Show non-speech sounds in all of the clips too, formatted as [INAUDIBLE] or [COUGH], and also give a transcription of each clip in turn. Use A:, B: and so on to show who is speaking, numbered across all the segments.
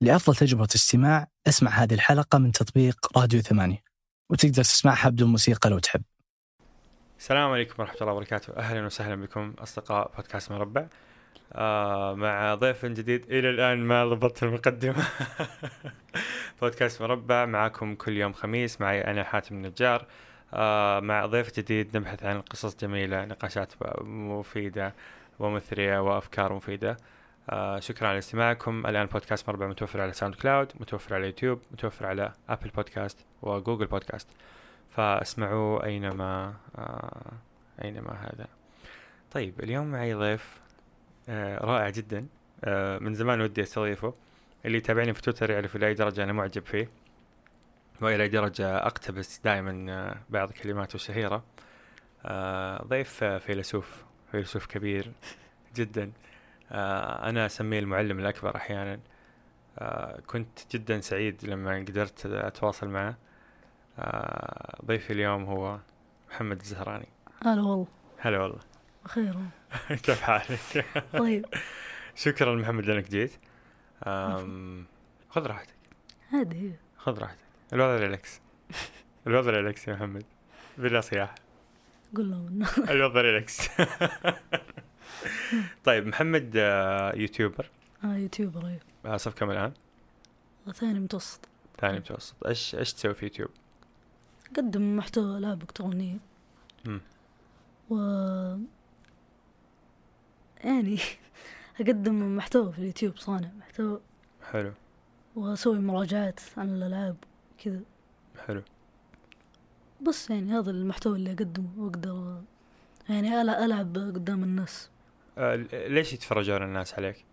A: لأفضل تجربة استماع اسمع هذه الحلقة من تطبيق راديو ثمانية وتقدر تسمعها بدون موسيقى لو تحب
B: السلام عليكم ورحمة الله وبركاته، أهلا وسهلا بكم أصدقاء بودكاست مربع. آه مع ضيف جديد إلى الآن ما ضبطت المقدمة. [LAUGHS] بودكاست مربع معكم كل يوم خميس معي أنا حاتم النجار. آه مع ضيف جديد نبحث عن قصص جميلة، نقاشات مفيدة ومثرية وأفكار مفيدة. آه شكرا على استماعكم، الآن بودكاست مربع متوفر على ساوند كلاود، متوفر على يوتيوب، متوفر على أبل بودكاست وجوجل بودكاست. فاسمعوه اينما آه اينما هذا طيب اليوم معي ضيف آه رائع جدا آه من زمان ودي استضيفه اللي يتابعني في تويتر يعرف الى اي درجه انا معجب فيه والى اي درجه اقتبس دائما آه، بعض كلماته الشهيره آه ضيف فيلسوف فيلسوف كبير جدا آه انا اسميه المعلم الاكبر احيانا آه كنت جدا سعيد لما قدرت اتواصل معه آه، ضيفي اليوم هو محمد الزهراني
C: هلا والله
B: هلا والله
C: بخير
B: [LAUGHS] كيف حالك؟ [LAUGHS]
C: طيب
B: شكرا محمد انك جيت آم، خذ راحتك
C: عادي
B: خذ راحتك الوضع [LAUGHS] ريلاكس الوضع ريلاكس يا محمد بلا [LAUGHS] صياح
C: قول لهم إنه-
B: الوضع ريلاكس [LAUGHS] طيب محمد آه، يوتيوبر
C: انا يوتيوبر ايوه
B: آه، صف كم الان؟
C: ثاني متوسط
B: ثاني متوسط ايش ايش تسوي في يوتيوب؟
C: قدم محتوى العاب الكترونيه
B: مم.
C: و يعني اقدم محتوى في اليوتيوب صانع محتوى
B: حلو
C: واسوي مراجعات عن الالعاب كذا
B: حلو
C: بس يعني هذا المحتوى اللي اقدمه واقدر يعني ألع- العب قدام الناس
B: آه، ليش يتفرجون الناس عليك؟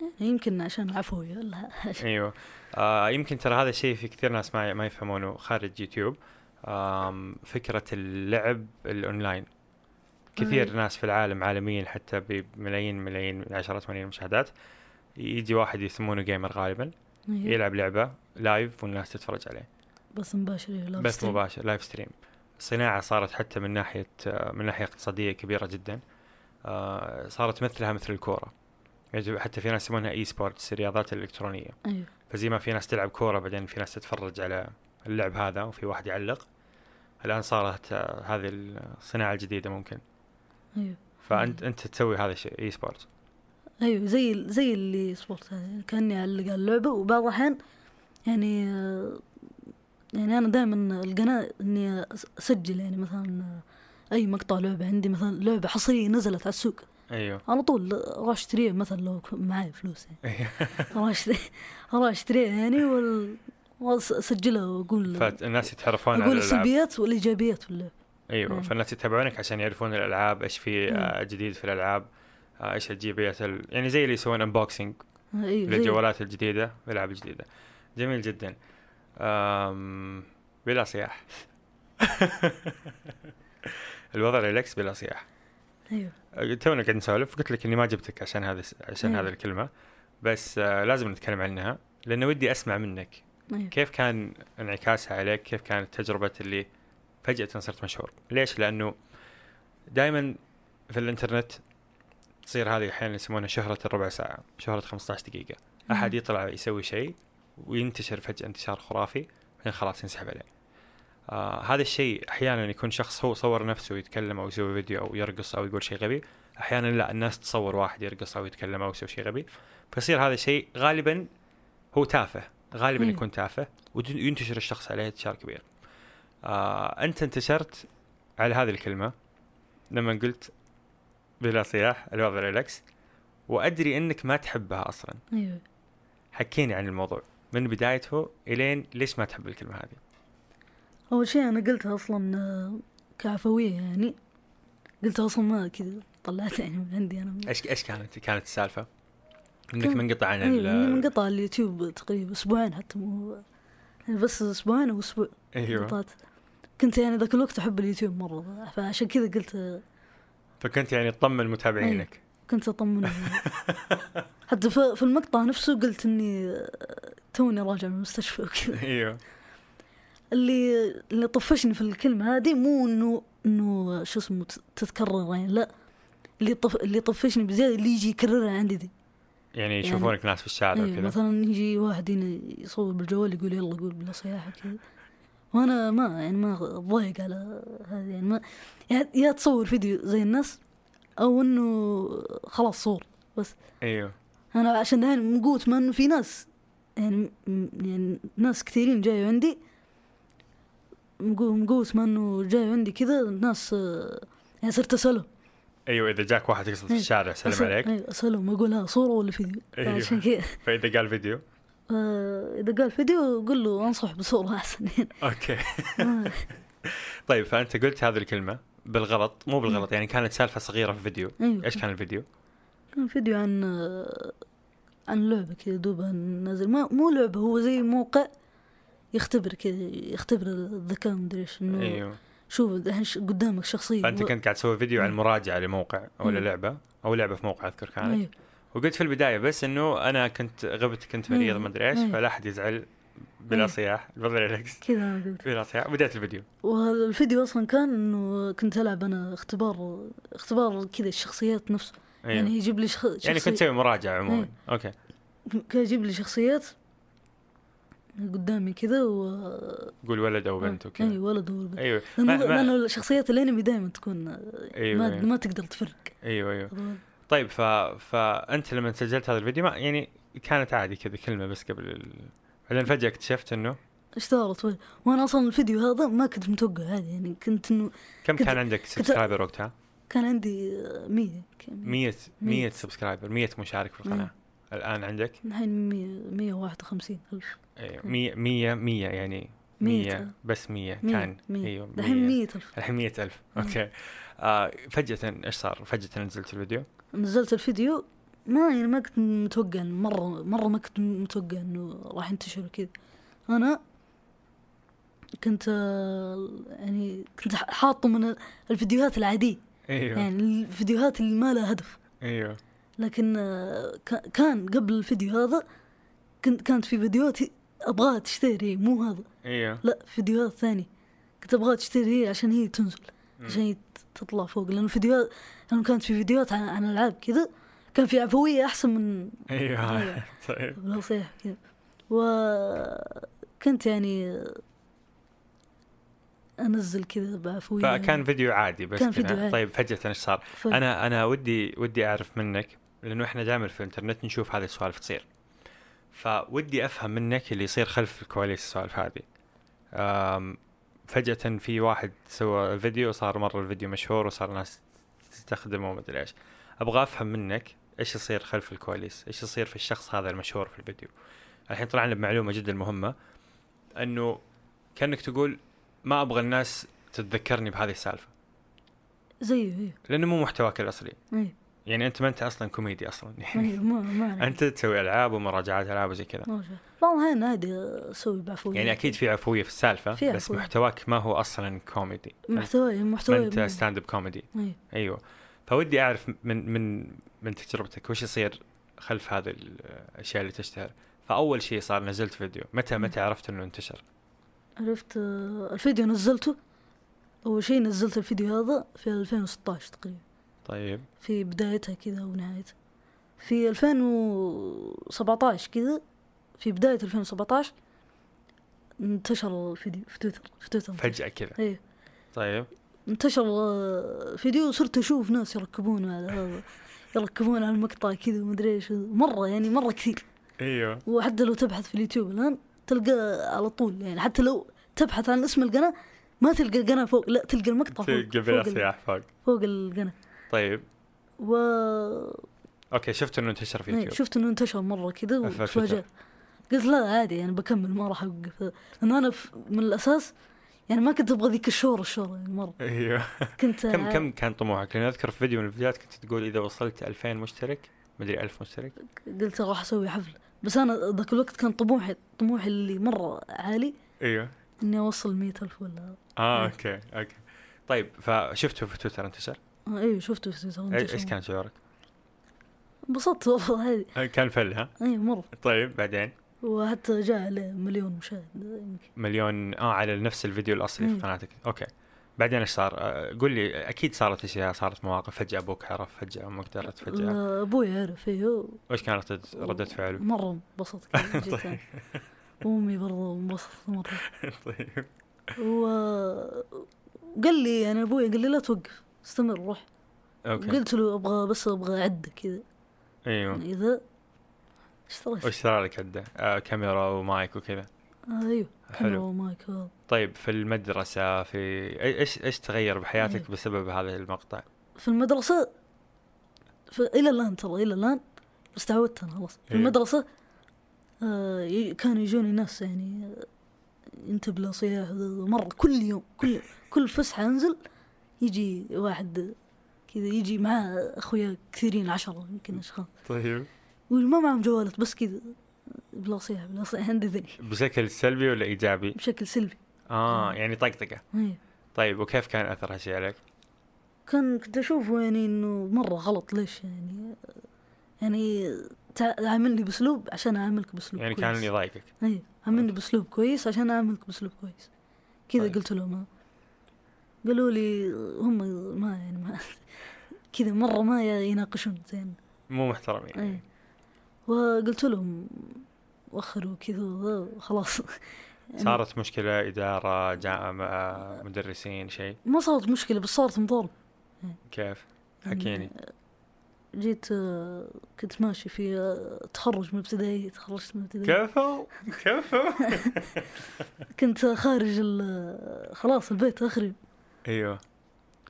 C: يعني يمكن عشان عفوي ولا
B: [LAUGHS]
C: حاجة.
B: ايوه آه يمكن ترى هذا الشيء في كثير ناس ما ما يفهمونه خارج يوتيوب آم فكره اللعب الاونلاين كثير
C: أي.
B: ناس في العالم عالميا حتى بملايين ملايين عشرات ملايين المشاهدات يجي واحد يسمونه جيمر غالبا
C: إيه،
B: يلعب لعبه لايف والناس تتفرج عليه
C: بس مباشر إيه، لا
B: بث
C: بستريم.
B: مباشر لايف ستريم الصناعة صارت حتى من ناحية آه، من ناحية اقتصادية كبيرة جدا آه، صارت مثلها مثل الكورة يجب حتى في ناس يسمونها اي سبورتس الرياضات الإلكترونية
C: ايوه
B: فزي ما في ناس تلعب كورة بعدين في ناس تتفرج على اللعب هذا وفي واحد يعلق الآن صارت آه، هذه الصناعة الجديدة ممكن
C: ايوه
B: فأنت أنت تسوي هذا الشيء إي سبورت
C: ايوه زي زي اللي سبورت يعني كاني اعلق على اللعبه وبعض الاحيان يعني آه، يعني انا دائما القناه اني أس- اسجل يعني مثلا آه، اي مقطع لعبه عندي مثلا لعبه حصريه نزلت على السوق
B: أيوه
C: على طول اروح اشتريها مثلا لو كان معي فلوس
B: [LAUGHS]
C: يعني
B: إيه.
C: [LAUGHS] اروح أشتري- اروح اشتريها يعني وال واسجلها واقول
B: فالناس يتعرفون على
C: اقول
B: الألعاب
C: السلبيات والايجابيات في اللعبة
B: أيوه
C: مم.
B: فالناس يتابعونك عشان يعرفون الألعاب إيش في
C: مم.
B: آه، جديد في الألعاب آه، إيش الجيبيات ال... يعني زي اللي يسوون أنبوكسينج
C: آه، ايوه زي-
B: للجوالات الجديدة الألعاب الجديدة جميل جدا أم... بلا صياح [LAUGHS] الوضع ريلاكس بلا صياح
C: ايوه
B: أه، تونا قاعد نسولف قلت لك اني ما جبتك عشان هذا عشان
C: إيه.
B: هذه الكلمه بس آه لازم نتكلم عنها لانه ودي اسمع منك
C: ايوه
B: كيف كان انعكاسها عليك كيف كانت تجربه اللي فجاه صرت مشهور ليش لانه دائما في الانترنت تصير هذه احيانا يسمونها شهره الربع ساعه شهره 15 دقيقه احد
C: مم.
B: يطلع يسوي شيء وينتشر فجاه انتشار خرافي بعدين خلاص ينسحب عليه آه هذا الشيء احيانا يكون شخص هو صور نفسه يتكلم او يسوي فيديو او يرقص او يقول شيء غبي احيانا لا الناس تصور واحد يرقص او يتكلم او يسوي شيء غبي فيصير هذا الشيء غالبا هو تافه غالبا
C: أيوه.
B: يكون تافه وينتشر الشخص عليه انتشار كبير آه انت انتشرت على هذه الكلمه لما قلت بلا صياح الوضع ريلاكس وادري انك ما تحبها اصلا
C: ايوه
B: حكيني عن الموضوع من بدايته الين ليش ما تحب الكلمه هذه؟
C: أول شيء أنا قلتها أصلا آه، كعفوية يعني قلتها أصلا ما كذا طلعت يعني من عندي أنا
B: ايش ايش كانت كانت السالفه؟ انك
C: كان-
B: منقطع عن
C: أيوة، إني
B: يعني ال
C: منقطع اليوتيوب تقريبا أسبوعين حتى مو يعني بس أسبوعين أو أسبوع
B: ايوه
C: قطعت كنت يعني ذاك الوقت أحب اليوتيوب مرة فعشان كذا قلت آه،
B: فكنت يعني تطمن متابعينك
C: كنت أطمن حتى في في المقطع نفسه قلت إني آه، توني راجع من
B: [LAUGHS]
C: المستشفى وكذا
B: ايوه
C: اللي اللي طفشني في الكلمة هذه مو انه انه شو اسمه تت- تتكرر يعني لا اللي طف اللي طفشني بزيادة اللي يجي يكررها عندي دي
B: يعني يشوفونك ناس في الشارع
C: إيه
B: وكذا
C: مثلا يجي واحد هنا يصور بالجوال يقول يلا قول بلا صياحه كذا وانا ما يعني ما ضايق على هذه يعني ما يا- يا تصور فيديو زي الناس او انه خلاص صور بس
B: ايوه
C: انا عشان دحين من قوه ما انه في ناس يعني م- يعني ناس كثيرين جاي عندي من قو- من قوه ما انه جاي عندي كذا ناس آه، يعني صرت اسالهم
B: ايوه اذا جاك واحد يقصد في
C: إيه.
B: الشارع سلم
C: أسأل-
B: عليك
C: أيوة، اسالهم اقول ها صوره ولا فيديو
B: أيوة.
C: عشان كذا
B: فاذا قال فيديو
C: آه، اذا قال فيديو قل له انصح بصوره [LAUGHS] احسن
B: اوكي [LAUGHS]
C: آه،
B: طيب فانت قلت هذه الكلمه بالغلط مو بالغلط يعني كانت سالفه صغيره في فيديو
C: ايوه
B: ايش كان الفيديو؟
C: كان فيديو عن آه، عن لعبه كذا دوبها نازل ما مو لعبه هو زي موقع يختبر كذا يختبر الذكاء مدري ايش انه
B: ايوه
C: شوف الحين ش- قدامك شخصيه
B: فانت كنت قاعد تسوي فيديو
C: إيه.
B: عن مراجعه لموقع ولا
C: مم.
B: لعبه او لعبه في موقع اذكر كانت
C: أيوة.
B: وقلت في البدايه بس انه انا كنت غبت كنت مريض
C: إيه،
B: ما ادري ايش
C: إيه.
B: فلا احد يزعل بلا
C: إيه.
B: صياح بلا ريلاكس
C: كذا انا قلت
B: بلا صياح بديت الفيديو
C: والفيديو اصلا كان انه كنت العب انا اختبار اختبار كذا الشخصيات نفسه
B: أيوه.
C: يعني يجيب لي شخ... شخصيه
B: يعني كنت تسوي مراجعه عموما اوكي
C: كان يجيب لي شخصيات قدامي كذا و آه،
B: قول ولد او بنت
C: اي
B: وكذا
C: ولد وبنت
B: ايوه ما-
C: لانه
B: ما-
C: لانه شخصيات الانمي دائما تكون آه،
B: أيوة،
C: ما,
B: أيوة.
C: ما تقدر تفرق
B: ايوه ايوه طيب ف... فانت لما سجلت هذا الفيديو ما يعني كانت عادي كذا كلمه بس قبل ال... بعدين فجاه اكتشفت انه
C: اشتهرت و- وانا اصلا الفيديو هذا ما كنت متوقع هذا يعني كنت انه
B: كم
C: كنت-
B: كان عندك سبسكرايبر وقتها؟
C: كان عندي آه، 100 كان
B: 100
C: مية.
B: 100 سبسكرايبر 100 مشارك في القناه الان عندك أيوه،
C: الحين 100 151 الف
B: 100 100 100 يعني
C: مية
B: 100
C: ألف.
B: بس 100
C: مية،
B: كان
C: مية.
B: ايوه
C: الحين
B: 100
C: 100 الف
B: الحين 100000 اوكي آه فجاه ايش صار؟ فجاه نزلت الفيديو
C: نزلت الفيديو ما يعني ما كنت متوقع إنه مره مره ما كنت متوقع انه راح ينتشر وكذا انا كنت آه، يعني كنت حاطه من الفيديوهات العاديه
B: ايوه
C: يعني الفيديوهات اللي ما لها هدف
B: ايوه
C: لكن آه، كا- كان قبل الفيديو هذا كنت كانت في فيديوهات هي- ابغاها تشتهر هي مو هذا
B: ايوه
C: لا فيديوهات ثانية كنت ابغاها تشتهر هي عشان هي تنزل
B: مم.
C: عشان هي ت- تطلع فوق لان الفيديوهات لانه كانت في فيديوهات عن, عن العاب كذا كان في عفوية احسن من
B: ايوه
C: أيوة.
B: [LAUGHS] طيب
C: بالنصيحة كذا وكنت يعني آه، انزل كذا بعفوية
B: فكان فيديو عادي بس
C: كان
B: كذا.
C: فيديو عادي.
B: طيب فجاه ايش صار؟
C: ف...
B: انا انا ودي ودي اعرف منك لانه احنا دائما في الانترنت نشوف هذه السوالف تصير فودي افهم منك اللي يصير خلف الكواليس السوالف هذه أم، فجاه في واحد سوى فيديو صار مره الفيديو مشهور وصار ناس تستخدمه وما ادري ايش ابغى افهم منك ايش يصير خلف الكواليس ايش يصير في الشخص هذا المشهور في الفيديو الحين طلعنا بمعلومه جدا مهمه انه كانك تقول ما ابغى الناس تتذكرني بهذه السالفه
C: زيه ايه
B: لانه مو محتواك الاصلي
C: ايه
B: يعني انت ما انت اصلا كوميدي اصلا
C: إيه،
B: [LAUGHS] يعني
C: ما ما أعرف.
B: انت تسوي العاب ومراجعات العاب وزي كذا
C: ما شاء بعض الأحيان عادي أسوي بعفوية
B: يعني اكيد في عفويه في السالفه
C: في
B: بس
C: عفوية.
B: محتواك ما هو اصلا كوميدي
C: محتوى يعني
B: ما
C: محتوى
B: انت ستاند اب كوميدي
C: إيه.
B: ايوه فودي اعرف من من من تجربتك وش يصير خلف هذه الاشياء اللي تشتهر فاول شيء صار نزلت فيديو متى متى عرفت انه انتشر
C: عرفت آه، الفيديو نزلته أول شيء نزلت الفيديو هذا في 2016 تقريبا
B: طيب
C: في بدايتها كذا ونهايتها في 2017 كذا في بداية 2017 انتشر الفيديو في تويتر في تويتر
B: فجاه كذا
C: ايه
B: طيب
C: انتشر آه، فيديو وصرت اشوف ناس يركبون على هذا يركبون على المقطع كذا ومدري ايش مره يعني مره كثير
B: ايوه
C: وحتى لو تبحث في اليوتيوب الان تلقى على طول يعني حتى لو تبحث عن اسم القناه ما تلقى القناه فوق لا تلقى المقطع فوق
B: تلقى
C: فوق,
B: بلا
C: ال-
B: صياح فوق
C: فوق القناه
B: طيب
C: و
B: اوكي شفت انه انتشر في
C: إيه،
B: يوتيوب
C: شفت انه انتشر مره كذا
B: أفا شفته.
C: وتفاجأت قلت لا عادي يعني بكمل ما راح اوقف لان انا ف- من الاساس يعني ما كنت ابغى ذيك الشهرة الشهرة يعني مره
B: ايوه
C: كنت
B: كم كم كان طموحك؟ لان اذكر في فيديو من الفيديوهات كنت تقول اذا وصلت 2000 مشترك مدري 1000 مشترك
C: قلت راح اسوي حفله بس انا ذاك الوقت كان طموحي طموحي اللي مره عالي
B: ايوه
C: اني اوصل مئة ألف ولا
B: اه
C: إيه.
B: اوكي اوكي طيب فشفته في تويتر انتشر
C: آه، ايوه شفته في تويتر
B: إي- ايش كان شعورك؟
C: انبسطت والله هذه
B: آه، كان فل ها؟
C: اي مره
B: طيب بعدين
C: وحتى جاء عليه مليون مشاهد يمكن
B: مليون اه على آه، نفس الفيديو الاصلي في
C: إيه.
B: قناتك اوكي بعدين ايش صار؟ آه، قول لي اكيد صارت اشياء صارت مواقف فجاه ابوك عرف فجاه امك درت فجاه
C: آه، ابوي عرف ايه
B: وايش كانت رد- رده فعله؟
C: مره انبسط كذا جدا وامي برضه انبسطت مره
B: [LAUGHS] طيب
C: و... وقال لي يعني ابوي قال لي لا توقف استمر روح
B: اوكي
C: قلت له ابغى بس ابغى اعد كذا
B: ايوه
C: يعني اذا اشتريت
B: وش صار لك عده؟ آه كاميرا ومايك وكذا
C: آه، ايوه كاميرا
B: حلو
C: ومايك آه.
B: طيب في المدرسه في أي- ايش ايش تغير بحياتك
C: إيه.
B: بسبب هذا المقطع؟
C: في المدرسة في إلى الآن ترى إلى الآن بس تعودت أنا خلاص في
B: إيه.
C: المدرسة آه ي- كانوا يجوني ناس يعني آه، أنت بلا صياح وذا- مرة كل يوم كل كل فسحة أنزل يجي واحد آه، كذا يجي معاه أخويا كثيرين عشرة يمكن أشخاص
B: طيب
C: وما معهم جوالات بس كذا بلا صياح بلا صياح [LAUGHS] عندي ذي
B: بشكل سلبي ولا ايجابي؟
C: بشكل سلبي
B: اه يعني طقطقه
C: إيه.
B: طيب وكيف كان اثر هالشيء عليك؟
C: كان كنت أشوفه يعني إنه مرة غلط ليش يعني يعني تع- عاملني بأسلوب عشان أعاملك بأسلوب
B: يعني
C: كويس
B: كان يضايقك
C: أي عاملني بأسلوب كويس عشان أعاملك بأسلوب كويس كذا
B: طيب.
C: قلت لهم قالوا لي هم ما يعني ما [LAUGHS] كذا مرة ما يناقشون زين
B: مو محترمين
C: أي. وقلت لهم وخروا كذا وخلاص [LAUGHS] يعني
B: صارت مشكلة إدارة جاء مع مدرسين شيء
C: ما صارت مشكلة بس صارت مضاربة
B: كيف
C: يعني
B: حكيني
C: جيت آه، كنت ماشي في آه، تخرج من ابتدائي تخرجت من ابتدائي [LAUGHS]
B: كفو كفو
C: كنت خارج ال- آه، خلاص البيت اخري
B: ايوه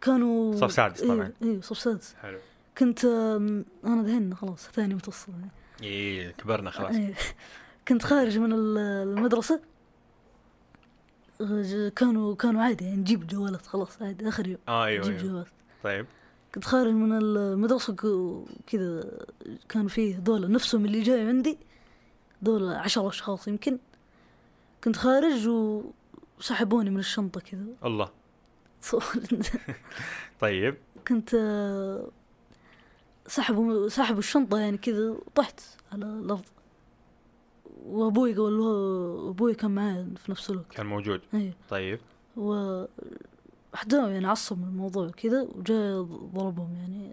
C: كانوا
B: صف سادس طبعاً.
C: اي إيه صف سادس
B: حلو
C: كنت أم، انا دهن خلاص ثاني متوسط يعني.
B: ايه كبرنا خلاص
C: إيه. كنت خارج من ال- آه، المدرسه غج- كانوا كانوا عادي يعني نجيب جوالات خلاص عادي اخر يوم
B: اه ايوه,
C: نجيب
B: أيوة.
C: جوالات
B: طيب
C: كنت خارج من المدرسه ك- كذا كان فيه دولة نفسهم اللي جاي عندي دولة عشرة اشخاص يمكن كنت خارج وسحبوني من الشنطه كذا [LAUGHS]
B: الله
C: تصور
B: طيب
C: كنت آه، سحبوا سحبوا الشنطة يعني كذا وطحت على الأرض وأبوي قال له أبوي كان معايا في نفس الوقت
B: كان موجود
C: أي
B: طيب
C: و أحدهم يعني عصب من الموضوع كذا وجاء ضربهم يعني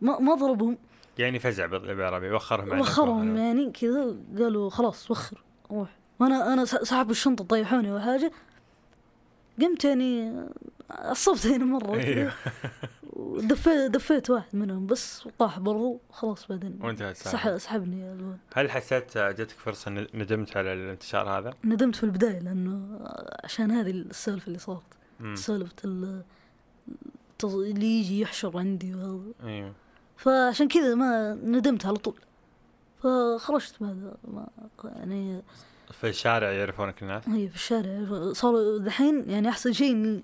C: ما ما ضربهم
B: يعني فزع بال- بالعربي وخرهم عن
C: وخرهم
B: الأكل.
C: يعني كذا قالوا خلاص وخر روح وأنا أنا س- سحبوا الشنطة طيحوني وحاجة قمت يعني عصبت يعني مرة كذا
B: ايوه
C: ودفيت دفيت واحد منهم بس وطاح برضو خلاص بعدين
B: وانتهت
C: سح-
B: سحب.
C: سحبني الولد
B: هل حسيت جاتك فرصة ن- ندمت على الانتشار هذا؟
C: ندمت في البداية لأنه عشان هذه السالفة اللي صارت
B: مم.
C: سالفة ال- التز- اللي يجي يحشر عندي وهذا
B: ايوه
C: فعشان كذا ما ندمت على طول فخرجت بعد ما يعني
B: في الشارع يعرفونك الناس؟
C: هي أيوة، في الشارع صار دحين يعني أحسن شيء إن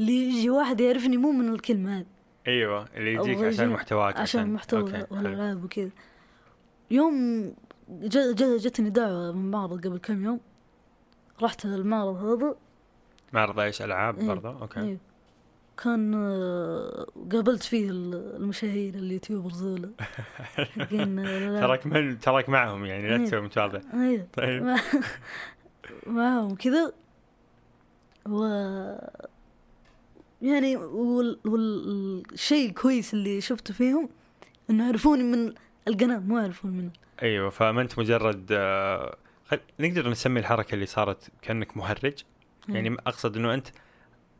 C: اللي يجي واحد يعرفني مو من الكلمة هذه
B: ايوه اللي
C: أو
B: يجيك عشان
C: يجيك
B: محتواك
C: عشان محتوى
B: أوكي، حلو.
C: والالعاب وكذا يوم جا جا جتني دعوه من معرض قبل كم يوم رحت المعرض هذا
B: معرض ايش العاب
C: إيه،
B: برضه؟ اوكي
C: إيه. كان آه، قابلت فيه ال- المشاهير
B: [LAUGHS]
C: اليوتيوبرز ذولا حقين الألعاب.
B: تراك من تراك معهم يعني لا
C: إيه.
B: تسوي متواضع
C: ايوه
B: طيب
C: مع- [LAUGHS] معاهم كذا و يعني وال- والشيء الكويس اللي شفته فيهم انه يعرفوني من القناه مو يعرفون من
B: ايوه فما انت مجرد آه، خل... نقدر نسمي الحركه اللي صارت كانك مهرج
C: إيه.
B: يعني
C: أيوه،
B: م- اقصد انه انت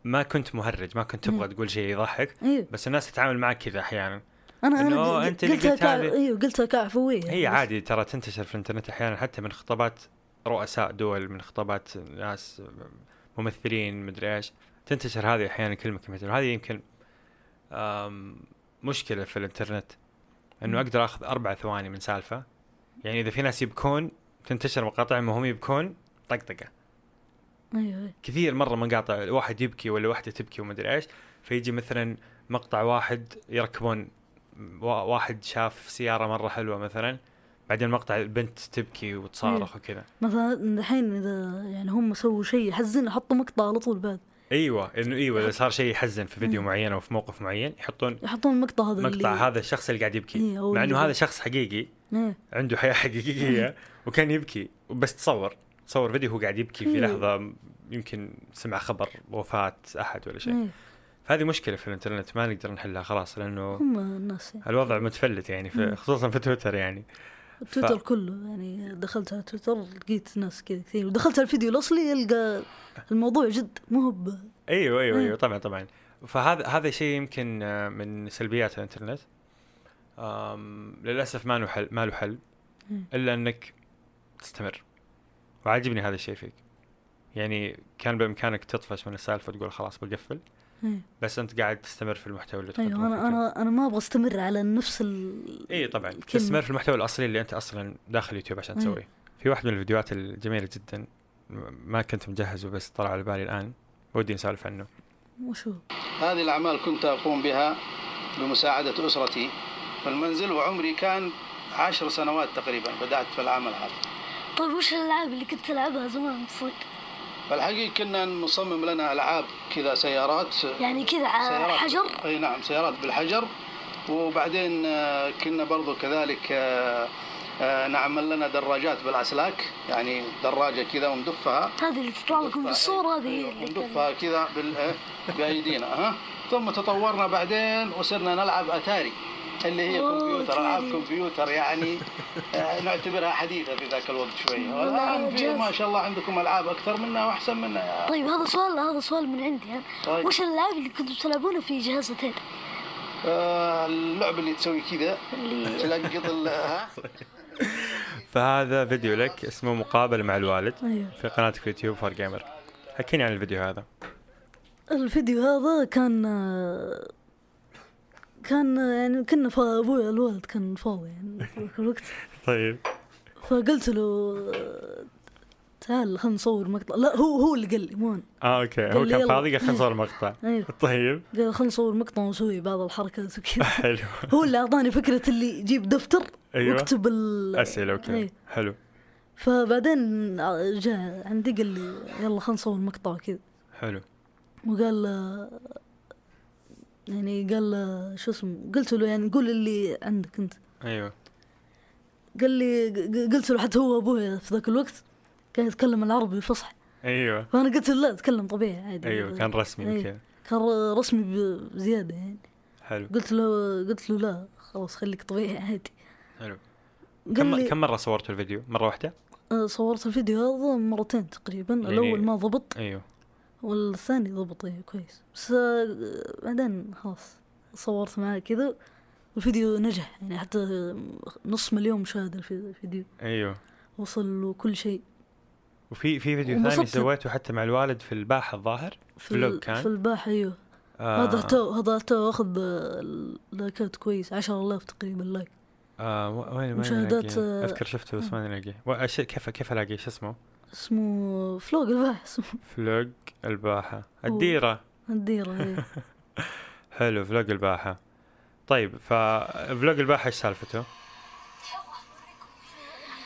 B: ما كنت مهرج ما كنت تبغى
C: مم.
B: تقول شيء يضحك
C: ايوه
B: بس الناس تتعامل معك كذا احيانا
C: انا
B: إنه
C: انا
B: أوه،
C: قل-
B: أنت اللي
C: قلتها
B: قلت هذه.
C: كع- ايوه قلتها كعفويه
B: هي
C: إيه، بس-
B: عادي ترى تنتشر في الانترنت احيانا حتى من خطابات رؤساء دول من خطابات ناس ممثلين مدري ايش تنتشر هذه احيانا كلمه كلمتين وهذه يمكن آم، مشكله في الانترنت انه
C: مم.
B: اقدر اخذ اربع ثواني من سالفه يعني اذا في ناس يبكون تنتشر مقاطعهم وهم يبكون طقطقه
C: ايوه ايوه
B: كثير مره مقاطع واحد يبكي ولا واحده تبكي وما ادري ايش فيجي مثلا مقطع واحد يركبون وا- واحد شاف سياره مره حلوه مثلا بعدين مقطع البنت تبكي وتصارخ وكذا
C: مثلا الحين اذا يعني هم سووا شيء يحزن حطوا مقطع على طول بعد
B: ايوه انه ايوه اذا صار شيء يحزن في فيديو
C: مم.
B: معين او في موقف معين يحطون
C: يحطون المقطع هذا
B: مقطع
C: اللي
B: هذا الشخص اللي قاعد يبكي
C: إيه، أو
B: مع
C: اللي- إيه،
B: انه هذا شخص حقيقي
C: هذا
B: عنده حياه حقيقيه وكان يبكي بس تصور تصور فيديو هو قاعد يبكي في
C: إيه.
B: لحظه يمكن سمع خبر وفاه احد ولا شيء
C: إيه،
B: فهذه مشكله في الانترنت ما نقدر نحلها خلاص لانه
C: هم الناس يعني.
B: الوضع متفلت يعني في
C: مم.
B: خصوصا في تويتر يعني
C: تويتر كله يعني دخلت على تويتر لقيت ناس كذا كثير ودخلت على الفيديو الاصلي القى الموضوع جد مو هو ب-
B: ايوه ايوه
C: مم.
B: ايوه طبعا طبعا فهذا هذا شيء يمكن آه، من سلبيات الانترنت آم، للاسف ما له حل ما له حل
C: مم.
B: الا انك تستمر وعاجبني هذا الشيء فيك يعني كان بامكانك تطفش من السالفه تقول خلاص بقفل
C: إيه.
B: بس انت قاعد تستمر في المحتوى اللي تقدمه
C: ايوه انا انا انا ما ابغى استمر على نفس ال
B: اي طبعا
C: الكلمة.
B: تستمر في المحتوى الاصلي اللي انت اصلا داخل يوتيوب عشان
C: إيه.
B: تسويه في واحد من الفيديوهات الجميله جدا م- ما كنت مجهزه بس طلع على بالي الان ودي نسولف عنه
C: وش هو؟
D: هذه الأعمال كنت أقوم بها بمساعدة أسرتي فالمنزل وعمري كان عشر سنوات تقريبا بدأت في العمل هذا
E: طيب وش الالعاب اللي كنت تلعبها زمان تصير؟
D: فالحقيقة كنا نصمم لنا ألعاب كذا سيارات
E: يعني كذا على
D: سيارات
E: حجر
D: أي نعم سيارات بالحجر وبعدين آه، كنا برضو كذلك آه، آه، نعمل لنا دراجات بالأسلاك يعني دراجة كذا وندفها
E: هذه اللي تطلع لكم بالصورة هذه هي اللي كان-
D: ندفها أيوة، كذا بال إيه، بايدينا ها ثم تطورنا بعدين وصرنا نلعب اتاري اللي هي
E: أوه،
D: كمبيوتر العاب
E: أتاري.
D: كمبيوتر يعني آه، نعتبرها حديثه في ذاك الوقت شوي
E: والله
D: الان في
E: جاز.
D: ما شاء الله عندكم العاب اكثر منا واحسن منا يا
E: طيب هذا سؤال هذا سؤال من عندي انا
D: طيب
E: وش الالعاب اللي كنتوا تلعبونها في جهازتين؟
D: آه، اللعبه اللي تسوي كذا
E: اللي
D: تلقط ال- ها
B: فهذا فيديو لك اسمه مقابله مع الوالد
C: ايوه
B: في قناتك في يوتيوب فور جيمر حكيني عن الفيديو هذا
C: الفيديو هذا كان كان يعني كنا فا- ابوي الولد كان فاضي يعني في ذاك الوقت
B: طيب
C: فقلت له تعال خلينا نصور مقطع لا هو هو اللي قال لي مو انا
B: اه اوكي هو
C: قال لي
B: كان
C: يلا.
B: فاضي قال خلنا نصور
C: [LAUGHS]
B: مقطع
C: ايوه
B: طيب
C: قال خلينا نصور مقطع ونسوي بعض الحركات وكذا
B: [LAUGHS] حلو
C: هو اللي اعطاني فكره اللي يجيب دفتر
B: أيوة.
C: واكتب ال
B: اسئله
C: أيوة.
B: اوكي حلو
C: فبعدين جاء عندي قال لي يلا خلينا نصور مقطع كذا
B: حلو
C: وقال آه، يعني قال آه، شو اسمه قلت له يعني قول اللي عندك انت
B: ايوه
C: قال لي ق- قلت له حتى هو ابوي في ذاك الوقت كان يتكلم العربي فصحى
B: ايوه
C: فانا قلت له لا اتكلم طبيعي عادي
B: ايوه كان رسمي
C: أيوة.
B: كذا
C: كان ر- رسمي ب- بزياده يعني
B: حلو
C: قلت له قلت له لا خلاص خليك طبيعي عادي
B: حلو
C: قال
B: كم
C: لي
B: كم مره صورت الفيديو مره واحده
C: آه، صورت الفيديو هذا مرتين تقريبا
B: يعني-
C: الاول ما ضبط
B: ايوه
C: والثاني ضبط إيه كويس بس آه، بعدين خلاص صورت معاه كذا والفيديو نجح يعني حتى نص مليون مشاهدة الفي- الفيديو
B: ايوه
C: وصل وكل شيء
B: وفي في فيديو ثاني
C: انبسطت.
B: سويته حتى مع الوالد في الباحه الظاهر
C: في
B: فلوج
C: ال-
B: كان
C: في الباحة ايوه
B: آه
C: هذا حتى هذا حتى اخذ لايكات كويس 10000 تقريبا لايك
B: آه و- وين وين
C: مشاهدات،
B: ألاقيه؟
C: آه،
B: اذكر شفته بس ما الاقيه و- أش- كيف كيف الاقيه شو اسمه
C: اسمه فلوق الباحة اسمه
B: فلوج الباحه الديره
C: الديرة إيه.
B: حلو فلوج الباحه طيب ففلوج الباحه ايش سالفته؟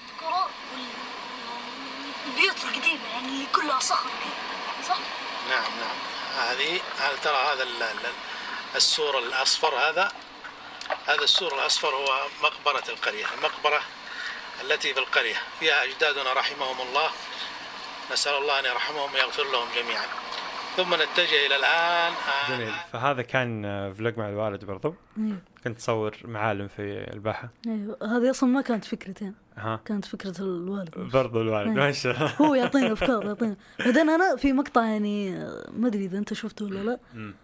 E: القرى وال- البيوت القديمة يعني اللي كلها صخر كذا، صح؟
D: نعم نعم هذه هذا ترى هذا ال- ال- السور الاصفر هذا هذا السور الاصفر هو مقبره القريه المقبره التي في القريه فيها اجدادنا رحمهم الله نسال الله ان يرحمهم ويغفر لهم جميعا ثم نتجه الى الان آه،
B: جميل فهذا كان آه، فلوج مع الوالد برضو
C: ايوه
B: كنت تصور معالم في الباحه
C: ايوه هذه اصلا ما كانت فكرتي انا
B: ها
C: كانت فكرة الوالد
B: برضو الوالد
C: إيه.
B: ما شاء الله
C: هو يعطينا افكار يعطينا بعدين انا في مقطع يعني آه، ما ادري اذا انت شفته ولا لا
B: [LAUGHS] مم.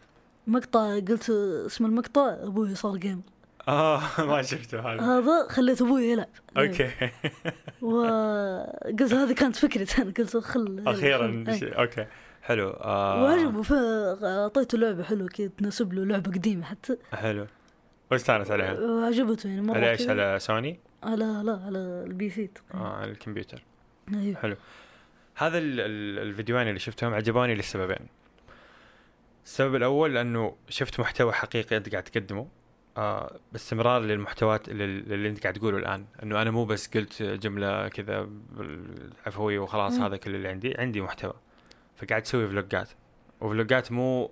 C: مقطع قلت آه، اسم المقطع ابوي صار جيم
B: اه ما شفته هذا
C: هذا خليت ابوي يلعب
B: اوكي
C: إيه.
B: [LAUGHS]
C: وقلت هذه كانت فكرتي انا قلت خل يلعب.
B: اخيرا
C: إيه.
B: شيء- اوكي حلو آه
C: وعجبه ف- اعطيته لعبه حلوه كذا تناسب له لعبه قديمه حتى
B: حلو واستانس عليها
C: وعجبته يعني مره
B: على ايش
C: كذا.
B: على سوني
C: على لا على البي سي تقريباً.
B: آه على الكمبيوتر
C: ايوه
B: حلو هذا ال- ال- الفيديوهين اللي شفتهم عجبوني لسببين السبب الاول لانه شفت محتوى حقيقي انت قاعد تقدمه آه باستمرار للمحتويات لل- اللي انت قاعد تقوله الان انه انا مو بس قلت جمله كذا عفويه وخلاص
C: مم.
B: هذا كل اللي عندي عندي محتوى فقاعد تسوي فلوجات وفلوجات مو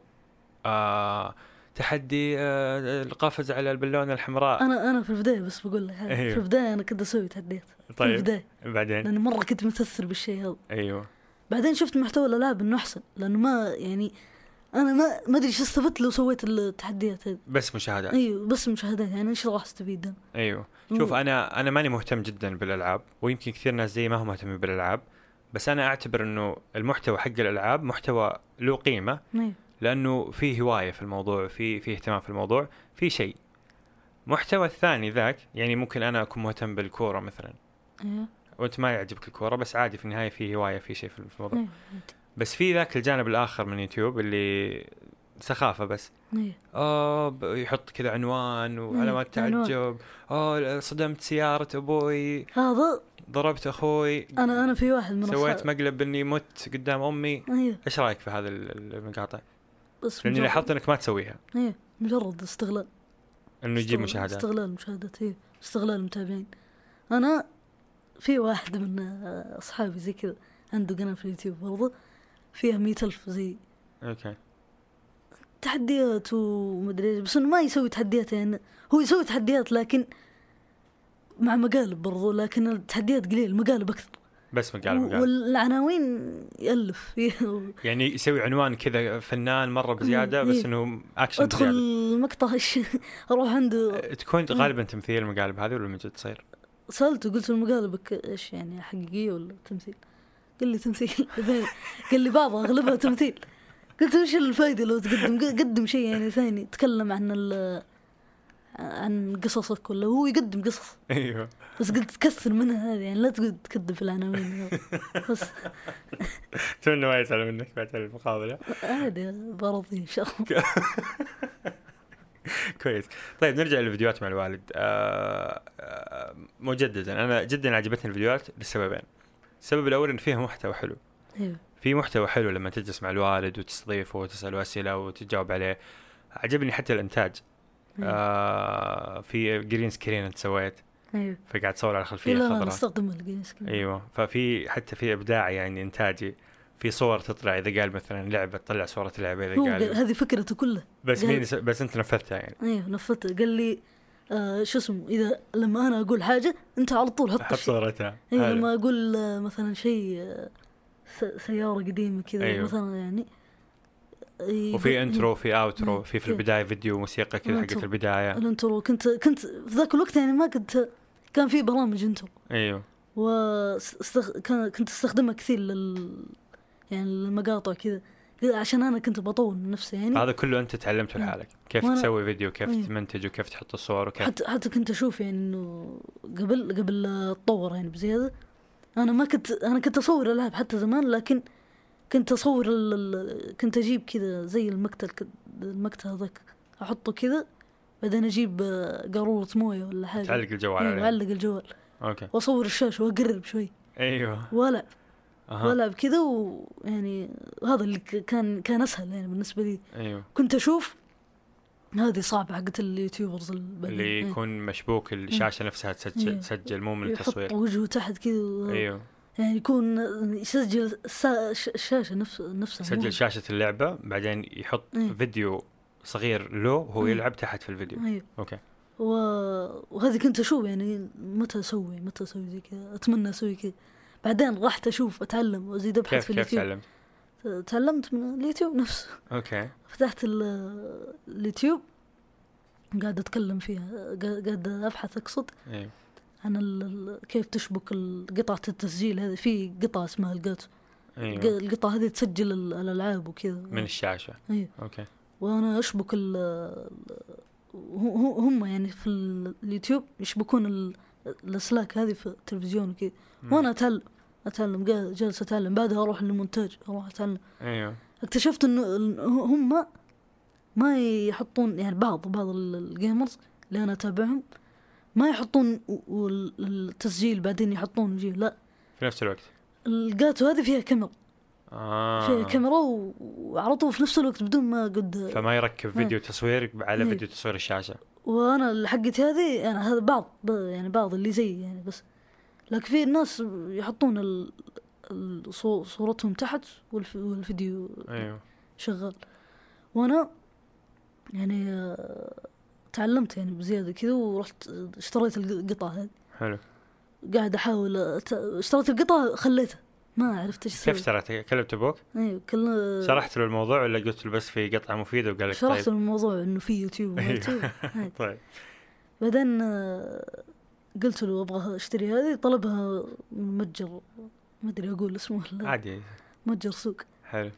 B: آه تحدي آه، القفز على البالونه الحمراء
C: انا انا في البدايه بس بقول لك هذا،
B: أيوه.
C: في البدايه انا كنت اسوي تحديات في
B: طيب
C: البدايه
B: بعدين
C: لاني مره كنت متاثر بالشيء هذا
B: ايوه
C: بعدين شفت محتوى الالعاب انه احسن لانه ما يعني انا ما ما ادري شو استفدت لو سويت التحديات هذه
B: بس مشاهدات
C: ايوه بس مشاهدات يعني ايش راح إيه، استفيد انا؟
B: ايوه شوف
C: مم.
B: انا انا ماني مهتم جدا بالالعاب ويمكن كثير ناس زي ما هم مهتمين بالالعاب بس انا اعتبر انه المحتوى حق الالعاب محتوى له قيمه
C: ايوه
B: لانه في هوايه في الموضوع في في اهتمام في الموضوع في شيء محتوى الثاني ذاك يعني ممكن انا اكون مهتم بالكوره مثلا
C: ايوه
B: وانت ما يعجبك الكوره بس عادي في النهايه في هوايه في شيء في الموضوع
C: ايوه
B: بس في ذاك الجانب الاخر من يوتيوب اللي سخافه بس
C: ايوه
B: اه ب- يحط كذا عنوان وعلامات
C: عنوان.
B: تعجب اه صدمت سياره ابوي
C: هذا
B: ضربت اخوي
C: انا انا في واحد من
B: سويت
C: أصحابي-
B: مقلب اني مت قدام امي
C: ايوه
B: ايش رايك في هذا ال- المقاطع؟
C: بس
B: لاني
C: مجرد-
B: لاحظت انك ما تسويها
C: ايوه مجرد استغلال
B: انه يجيب
C: استغلال-
B: مشاهدات
C: استغلال مشاهدات ايوه استغلال المتابعين انا في واحد من آه، اصحابي زي كذا عنده قناه في اليوتيوب برضه فيها مئة ألف زي
B: اوكي
C: تحديات ومدري ايش بس انه ما يسوي تحديات يعني هو يسوي تحديات لكن مع مقالب برضو لكن التحديات قليل مقالب اكثر
B: بس مقال
C: و-
B: مقال
C: والعناوين يالف
B: يعني يسوي عنوان كذا فنان مره بزياده بس
C: إيه.
B: انه اكشن
C: ادخل
B: بزياده
C: المقطع إيش- [LAUGHS] اروح عنده
B: أه، تكون غالبا تمثيل المقالب هذه ولا من جد تصير؟ [LAUGHS]
C: سالته قلت له المقالب ك- ايش يعني حقيقيه ولا تمثيل؟ قال لي تمثيل [LAUGHS] بعدين قال لي بابا اغلبها تمثيل قلت له وش الفائده لو تقدم ق- قدم شيء يعني ثاني تكلم عن ال عن قصصك ولا هو يقدم قصص
B: ايوه
C: بس قلت تكثر منها هذه يعني لا تقعد تكذب
B: [LAUGHS]
C: في العناوين بس
B: اتمنى ما يزعل منك بعد المقابله
C: عادي برضي ان شاء الله
B: كويس طيب نرجع للفيديوهات مع الوالد آه، آه، مجددا انا جدا عجبتني الفيديوهات لسببين السبب الاول ان فيها محتوى حلو
C: ايوه
B: في محتوى حلو لما تجلس مع الوالد وتستضيفه وتساله اسئله وتجاوب عليه عجبني حتى الانتاج
C: أيوه.
B: آه في جرين سكرين انت سويت
C: ايوه
B: فقاعد تصور على
C: إيه،
B: الخلفيه
C: لا لا
B: الخضراء
C: نستخدم الجنس
B: ايوه ففي حتى في ابداع يعني انتاجي في صور تطلع اذا قال مثلا لعبه تطلع صوره اللعبه
C: هو
B: اذا
C: قال
B: قال
C: هذه فكرته كلها
B: بس
C: قال-
B: مين يس- بس انت نفذتها يعني
C: ايوه نفذته قال لي آه شو اسمه اذا لما انا اقول حاجه انت على طول حط
B: حط
C: الشيء
B: صورتها
C: ايوه
B: حلو.
C: لما اقول آه، مثلا شيء آه، س- سياره قديمه كذا
B: أيوة.
C: أيوه. مثلا يعني إيه،
B: وفي انترو في اوترو
C: أيوة.
B: في في
C: أيوة.
B: البدايه فيديو موسيقى كذا
C: الانترو.
B: حقت البدايه
C: الانترو كنت كنت في ذاك الوقت يعني ما كنت كان في برامج انترو
B: ايوه
C: واستخ... كان- كنت استخدمها كثير لل يعني المقاطع كذا عشان انا كنت بطور من نفسي يعني
B: هذا كله انت تعلمته
C: أيوة.
B: لحالك كيف
C: وأنا-
B: تسوي فيديو كيف
C: أيوة.
B: تمنتج وكيف تحط الصور وكيف
C: حتى حتى كنت اشوف يعني انه قبل قبل لا اتطور يعني بزياده انا ما كنت انا كنت اصور العاب حتى زمان لكن كنت اصور ال... ال- كنت اجيب كذا زي المقتل كد- المقتل هذاك احطه كذا بعدين اجيب آه، قاروره مويه ولا حاجه
B: تعلق الجوال
C: يعني
B: عليه
C: اعلق الجوال
B: اوكي
C: واصور الشاشه واقرب شوي
B: ايوه
C: والعب
B: اها
C: والعب كذا ويعني هذا اللي ك- كان كان اسهل يعني بالنسبه لي
B: ايوه
C: كنت اشوف هذه صعبه حقت اليوتيوبرز
B: اللي يكون مشبوك الشاشه نفسها
C: أيوة.
B: تسجل تسجل مو من
C: إيه. يحط
B: التصوير
C: وجهه تحت كذا
B: ايوه
C: يعني يكون يسجل السا- ش- الشاشه نفس نفسها مو-
B: سجل شاشه اللعبه بعدين يحط
C: أيوة.
B: فيديو صغير له وهو
C: أيوة.
B: يلعب تحت في الفيديو
C: ايوه
B: اوكي
C: و... وهذه كنت اشوف يعني متى اسوي متى اسوي زي كذا اتمنى اسوي كذا بعدين رحت اشوف اتعلم وازيد ابحث في
B: كيف كيف
C: اليوتيوب
B: تعلمت
C: تعلمت من اليوتيوب نفسه
B: اوكي
C: فتحت ال- اليوتيوب قاعد اتكلم فيها قا- قاعد ابحث اقصد
B: ايوه
C: عن ال... ال- كيف تشبك ال- قطعة التسجيل هذه في قطعة اسمها الجاتو
B: ايوه
C: القطعة هذه تسجل ال- الالعاب وكذا
B: من الشاشه
C: ايوه
B: اوكي
C: وانا اشبك ال هو- هو- هم يعني في ال- اليوتيوب يشبكون ال- الاسلاك هذه في التلفزيون وكذا وانا اتعلم اتعلم قا- جالس اتعلم بعدها اروح للمونتاج اروح اتعلم
B: ايوه
C: اكتشفت انه ال- هم ما يحطون يعني بعض بعض ال- الجيمرز اللي انا اتابعهم ما يحطون و- وال- التسجيل بعدين يحطون ويجيب لا
B: في نفس الوقت
C: الجاتو هذه فيها كاميرا
B: اه
C: فيها كاميرا و- وعلى طول في نفس الوقت بدون ما قد
B: فما يركب فيديو تصوير على
C: أيوة.
B: فيديو تصوير الشاشه
C: وانا اللي حقتي هذه يعني هذا بعض ب- يعني بعض اللي زي يعني بس لكن في ناس يحطون ال... ال- صو-
B: إيه. أيوه،
C: صورتهم تحت والف... والفيديو
B: ايوه
C: شغال وانا يعني آه، تعلمت يعني بزيادة كذا ورحت آه، اشتريت القطع هذه
B: حلو
C: قاعد أحاول أت- اشتريت القطع خليتها ما عرفت ايش
B: كيف
C: اسوي
B: شرحت كلمت ابوك؟
C: ايوه كل
B: شرحت له الموضوع ولا قلت له بس في قطعه مفيده وقال لك
C: شرحت
B: طيب
C: الموضوع انه في يوتيوب وما
B: أيوه. [LAUGHS]
C: يوتيوب عادي.
B: طيب
C: بعدين آه، قلت له ابغى اشتري هذه طلبها من متجر ما ادري اقول اسمه ولا لا.
B: عادي
C: متجر سوق
B: حلو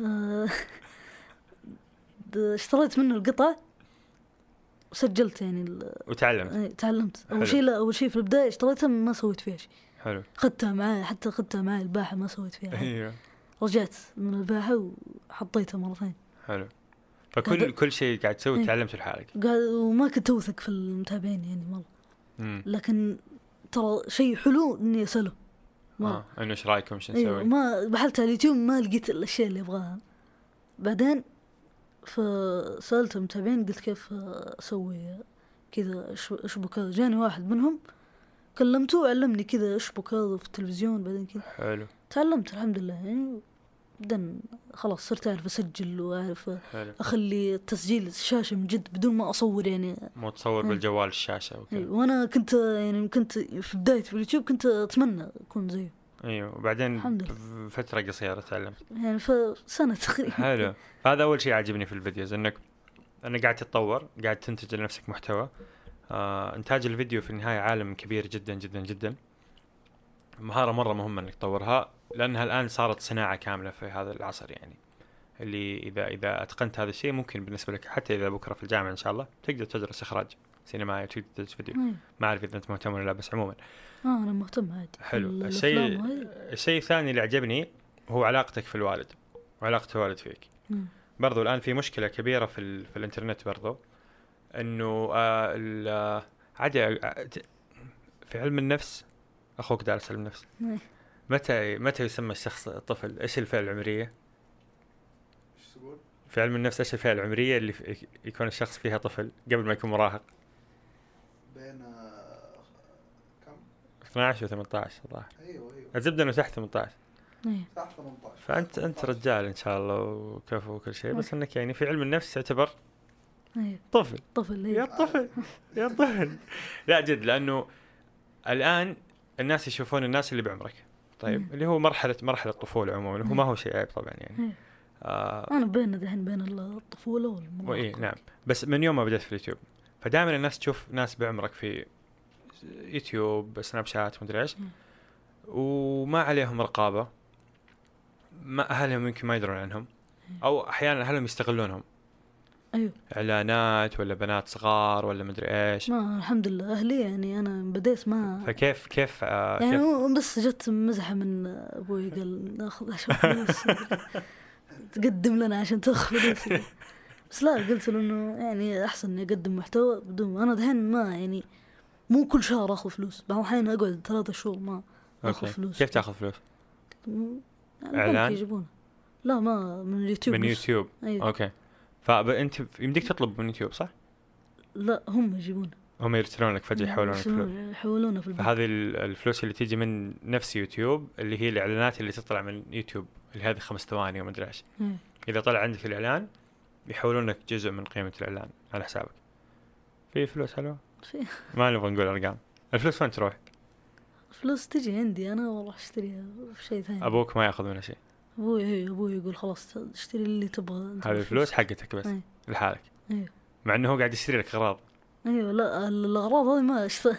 C: آه، [LAUGHS] د- اشتريت منه القطع وسجلت يعني ال-
B: وتعلمت
C: إيه، تعلمت
B: حلو.
C: اول شيء لا اول شيء في البدايه اشتريتها ما سويت فيها شيء
B: حلو
C: اخذتها معي حتى اخذتها معي الباحه ما سويت فيها حاجة.
B: ايوه
C: رجعت من الباحه وحطيتها مره ثانيه
B: حلو فكل
C: هذا-
B: كل شيء قاعد تسوي
C: إيه.
B: تعلمته لحالك
C: قاعد وما كنت اوثق في المتابعين يعني مره
B: امم
C: لكن ترى شيء حلو اني اساله
B: اه
C: مرة.
B: انه ايش رايكم ايش
C: ايوه
B: نسوي؟
C: ما بحثت على اليوتيوب ما لقيت الاشياء اللي ابغاها بعدين فسالت المتابعين قلت كيف اسوي كذا إيش- اشبك هذا جاني واحد منهم كلمته وعلمني كذا اشبك هذا في التلفزيون بعدين كذا
B: حلو
C: تعلمت الحمد لله يعني بعدين خلاص صرت اعرف اسجل واعرف
B: حلو
C: اخلي تسجيل الشاشه من جد بدون ما اصور يعني
B: مو تصور
C: إيه.
B: بالجوال الشاشه وكذا
C: وانا كنت يعني كنت في بدايتي في اليوتيوب كنت اتمنى اكون زيه
B: ايوه وبعدين
C: إيه. الحمد
B: فتره قصيره تعلمت
C: يعني [LAUGHS] فسنه تقريبا
B: حلو هذا اول شيء عاجبني في الفيديوز انك انك قاعد تتطور قاعد تنتج لنفسك محتوى آه، انتاج الفيديو في النهايه عالم كبير جدا جدا جدا مهاره مره مهمه انك تطورها لانها الان صارت صناعه كامله في هذا العصر يعني اللي اذا اذا اتقنت هذا الشيء ممكن بالنسبه لك حتى اذا بكره في الجامعه ان شاء الله تقدر تدرس اخراج سينمائي وتقدر تدرس فيديو
C: أيوة.
B: ما اعرف اذا انت مهتم ولا لا بس عموما
C: اه انا مهتم عادي
B: حلو
C: ال-
B: الشيء
C: الأفلام وهذه.
B: الشيء الثاني اللي عجبني هو علاقتك في الوالد وعلاقه الوالد فيك
C: مم.
B: برضو الان في مشكله كبيره في, ال... في الانترنت برضو انه آه ال... آه، عادي آه، ت- في علم النفس اخوك دارس علم النفس
C: إيه.
B: متى متى يسمى الشخص طفل ايش الفئه العمريه
F: ايش تقول؟
B: في علم النفس ايش الفئه العمريه اللي في... يكون الشخص فيها طفل قبل ما يكون مراهق
F: بين آه، كم؟
B: 12 و18 الظاهر
F: ايوه ايوه
B: الزبده انه تحت 18
C: أيوة.
F: تحت 18
B: فانت انت رجال ان شاء الله وكفو وكل شيء بس انك يعني في علم النفس يعتبر
C: أيوة.
B: طفل
C: طفل
B: يا
C: أيوة.
B: طفل يا طفل لا جد لانه الان الناس يشوفون الناس اللي بعمرك
C: مم.
B: طيب اللي هو مرحله مرحله الطفوله عموما هو ما هو شيء عيب طبعا يعني
C: مم.
B: آه
C: انا بين أيوة. دحين بين الطفوله والمراهقه
B: وإيه نعم بس من يوم ما بدأت في اليوتيوب فدائما الناس تشوف ناس بعمرك في يوتيوب سناب شات مدري ايش
C: مم.
B: وما عليهم رقابه ما اهلهم يمكن ما يدرون عنهم او احيانا اهلهم يستغلونهم
C: ايوه
B: اعلانات ولا بنات صغار ولا مدري ايش
C: ما الحمد لله اهلي يعني انا من بديت ما
B: فكيف كيف آه
C: يعني
B: كيف
C: هو بس جت مزحه من ابوي قال ناخذ عشان فلوس [LAUGHS] تقدم لنا عشان تاخذ فلوس بس لا قلت له انه يعني احسن اني اقدم محتوى بدون انا دحين ما يعني مو كل شهر اخذ فلوس بعض الاحيان اقعد ثلاثة شهور ما اخذ
B: أوكي.
C: فلوس
B: كيف تاخذ فلوس؟
C: يعني
B: إعلان؟
C: إعلان؟ يجيبونه لا ما من اليوتيوب
B: من
C: نفسه.
B: يوتيوب
C: أيوة.
B: اوكي فانت يمديك تطلب من يوتيوب صح؟
C: لا هم يجيبونه
B: هم يرسلون لك فجاه يحولون لك فلوس
C: يرسلون- يحولونه في البنك
B: فهذه ال- الفلوس اللي تيجي من نفس يوتيوب اللي هي الاعلانات اللي تطلع من يوتيوب اللي هذه خمس ثواني ومدري ايش
C: إيه.
B: اذا طلع عندك الاعلان يحولون لك جزء من قيمه الاعلان على حسابك في فلوس حلوه؟
C: في
B: ما نبغى نقول ارقام الفلوس وين تروح؟
C: فلوس تجي عندي انا والله اشتريها في شيء ثاني
B: ابوك ما ياخذ منها شيء
C: ابوي إيه، ابوي يقول خلاص اشتري اللي تبغى أنت
B: هذه
C: بالفلوس.
B: الفلوس حقتك بس
C: أيوة.
B: لحالك
C: أيوة.
B: مع انه هو قاعد يشتري لك اغراض
C: ايوه لا ال- الاغراض هذه ما اشت...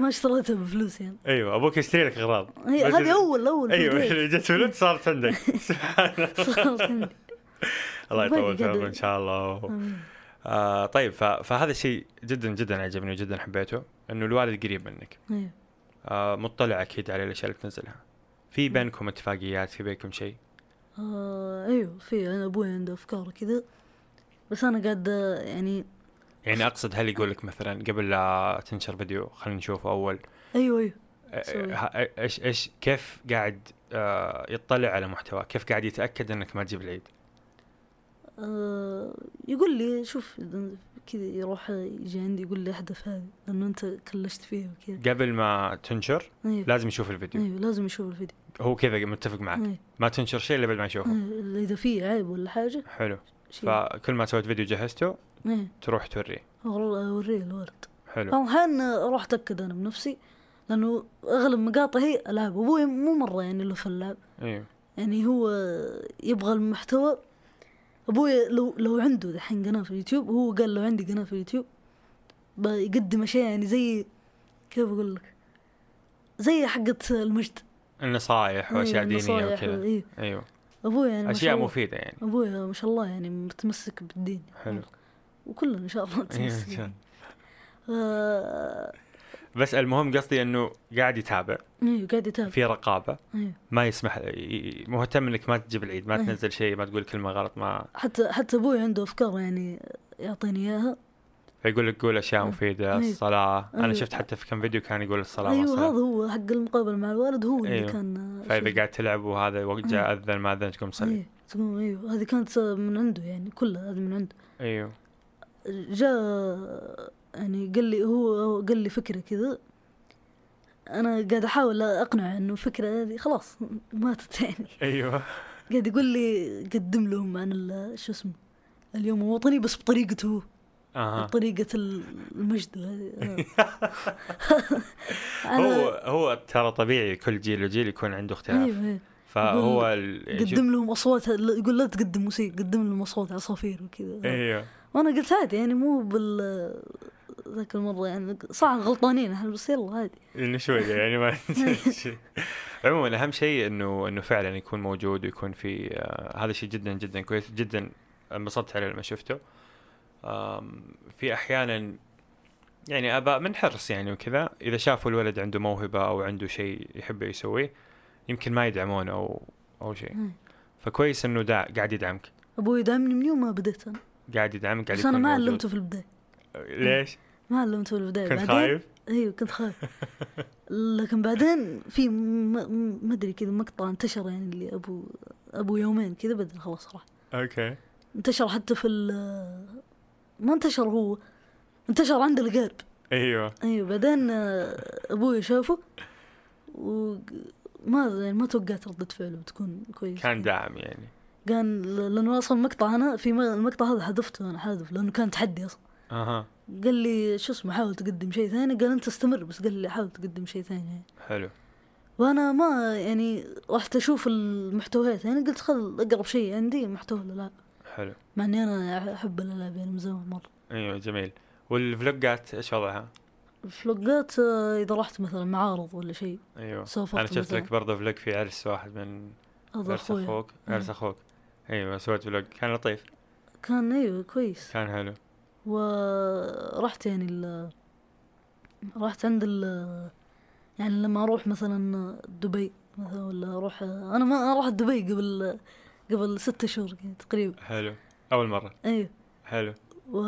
C: ما اشتريتها بفلوس يعني
B: ايوه ابوك يشتري لك اغراض
C: هي
B: بس-
C: إيه، هذه اول اول
B: ايوه [LAUGHS] اللي جت فلوس صارت عندك
C: صارت عندي
B: الله يطول
C: باقي قاعد-
B: في ان شاء الله
C: آمين.
B: آه طيب ف- فهذا الشيء جدا جدا عجبني وجدا حبيته انه الوالد قريب منك
C: ايوه
B: آه مطلع اكيد على الاشياء اللي تنزلها في بينكم اتفاقيات في بينكم شيء
C: آه ايوه في انا ابوي عنده افكار كذا بس انا قاعده يعني
B: يعني اقصد هل يقول لك مثلا قبل لا تنشر فيديو خلينا نشوفه اول
C: ايوه ايوه
B: آه،
C: سوي.
B: آه، ايش ايش كيف قاعد آه يطلع على محتوى كيف قاعد يتاكد انك ما تجيب العيد
C: آه، يقول لي شوف كذا يروح يجي عندي يقول لي احذف هذه لانه انت كلشت فيها وكذا
B: قبل ما تنشر
C: ايوه
B: لازم يشوف الفيديو
C: ايوه لازم يشوف الفيديو
B: هو كذا متفق معك
C: ايوه
B: ما
C: إيه،
B: تنشر شيء الا بعد ما يشوفه
C: ايوه اذا في عيب ولا حاجه
B: حلو
C: شيء
B: فكل ما سويت فيديو جهزته
C: ايه
B: تروح توريه
C: والله اوريه الولد
B: حلو
C: الحين اروح اتاكد انا بنفسي لانه اغلب مقاطعي هي العاب ابوي مو مره يعني له في اللعب
B: ايوه
C: يعني هو يبغى المحتوى ابوي لو لو عنده دحين قناه في اليوتيوب هو قال لو عندي قناه في اليوتيوب بيقدم اشياء يعني زي كيف اقول لك زي حقة المجد
B: النصائح واشياء
C: إيه،
B: دينيه
C: النصايح
B: وكذا
C: إيه.
B: ايوه
C: ابوي يعني ما شاء
B: اشياء
C: الله-
B: مفيده يعني
C: ابوي ما شاء الله يعني متمسك بالدين [LAUGHS]
B: حلو
C: وكلنا ان شاء الله
B: ايوه إن شاء
C: متمسكين
B: الله.
C: آه،
B: بس المهم قصدي انه قاعد يتابع
C: ايوه قاعد يتابع
B: في رقابه
C: ايوه
B: ما يسمح ي- ي- مهتم انك ما تجيب العيد ما
C: إيه.
B: تنزل شيء ما تقول كلمه غلط ما
C: حتى حتى ابوي عنده افكار يعني يعطيني اياها
B: فيقول لك قول اشياء
C: إيه.
B: مفيده
C: إيه.
B: الصلاه انا
C: إيه.
B: شفت حتى في كم فيديو كان يقول الصلاه
C: ايوه
B: والصلاة.
C: هذا هو حق المقابله مع الوالد هو اللي
B: أيوه.
C: كان
B: فاذا قاعد تلعب وهذا وقت
C: إيه.
B: جاء اذن ما اذن تقوم تصلي
C: ايوه تقول ايوه هذه كانت من عنده يعني كلها هذه من عنده
B: ايوه
C: جاء يعني قال لي هو هو قال لي فكره كذا انا قاعد احاول اقنعه انه الفكره هذه خلاص ماتت يعني [LAUGHS]
B: ايوه
C: قاعد يقول لي قدم لهم عن ال- شو اسمه اليوم الوطني بس بطريقته هو
B: اها
C: بطريقه المجد
B: [LAUGHS]
C: هذه
B: هو هو ترى طبيعي كل جيل وجيل يكون عنده اختلاف
C: ايوه ايوه
B: فهو ال- شوف-
C: قدم لهم اصوات يقول لا تقدم موسيقى قدم لهم اصوات عصافير
B: [LAUGHS]
C: وكذا
B: ايوه
C: وانا قلت عادي يعني مو بال ذاك المره يعني صح غلطانين احنا بس يلا عادي
B: انه شويه يعني ما [LAUGHS]
C: أيوة.
B: شيء. عموما اهم شيء انه انه فعلا يكون موجود ويكون في آه هذا شيء جدا جدا كويس جدا انبسطت عليه لما شفته آم، في احيانا يعني اباء من حرص يعني وكذا اذا شافوا الولد عنده موهبه او عنده شيء يحب يسويه يمكن ما يدعمونه او او شيء
C: إيه.
B: فكويس انه دا قاعد يدعمك
C: ابوي دعمني من يوم ما بديت انا
B: قاعد يدعمك قاعد
C: بس انا
B: يكون
C: ما
B: موجود.
C: علمته في البدايه
B: ليش؟
C: ما علمته في البدايه
B: كنت
C: بعدين-
B: خايف؟
C: ايوه كنت
B: [LAUGHS]
C: خايف لكن بعدين في م- م- ما ادري كذا مقطع انتشر يعني اللي ابو ابو يومين كذا بدل خلاص راح
B: اوكي
C: انتشر حتى في ال- ما انتشر هو انتشر عند القارب
B: ايوه
C: ايوه بعدين آه، ابوي شافه وما يعني ما توقعت ردة فعله بتكون كويس
B: كان داعم يعني
C: كان ل- لانه اصلا مقطع انا في م- المقطع هذا حذفته انا حاذف لانه كان تحدي اصلا
B: اها
C: قال لي شو اسمه حاول تقدم شيء ثاني قال انت استمر بس قال لي حاول تقدم شيء ثاني يعني.
B: حلو
C: وانا ما يعني رحت اشوف المحتويات يعني قلت خل اقرب شيء عندي محتوى الالعاب
B: حلو
C: مع اني انا احب الالعاب يعني من زمان مره
B: ايوه جميل والفلوجات ايش وضعها؟
C: الفلوقات آه، اذا رحت مثلا معارض ولا شيء
B: ايوه
C: سافرت
B: انا شفت
C: مثلاً.
B: لك برضه فلوج في عرس واحد من
C: هذا
B: عرس
C: اخوي
B: اخوك عرس
C: مم.
B: اخوك ايوه سويت فلوج كان لطيف
C: كان ايوه كويس
B: كان حلو
C: ورحت يعني ال... رحت عند ال... يعني لما اروح مثلا دبي مثلا ولا اروح انا ما رحت دبي قبل قبل ستة شهور يعني تقريبا
B: حلو اول مره
C: ايوه
B: حلو
C: و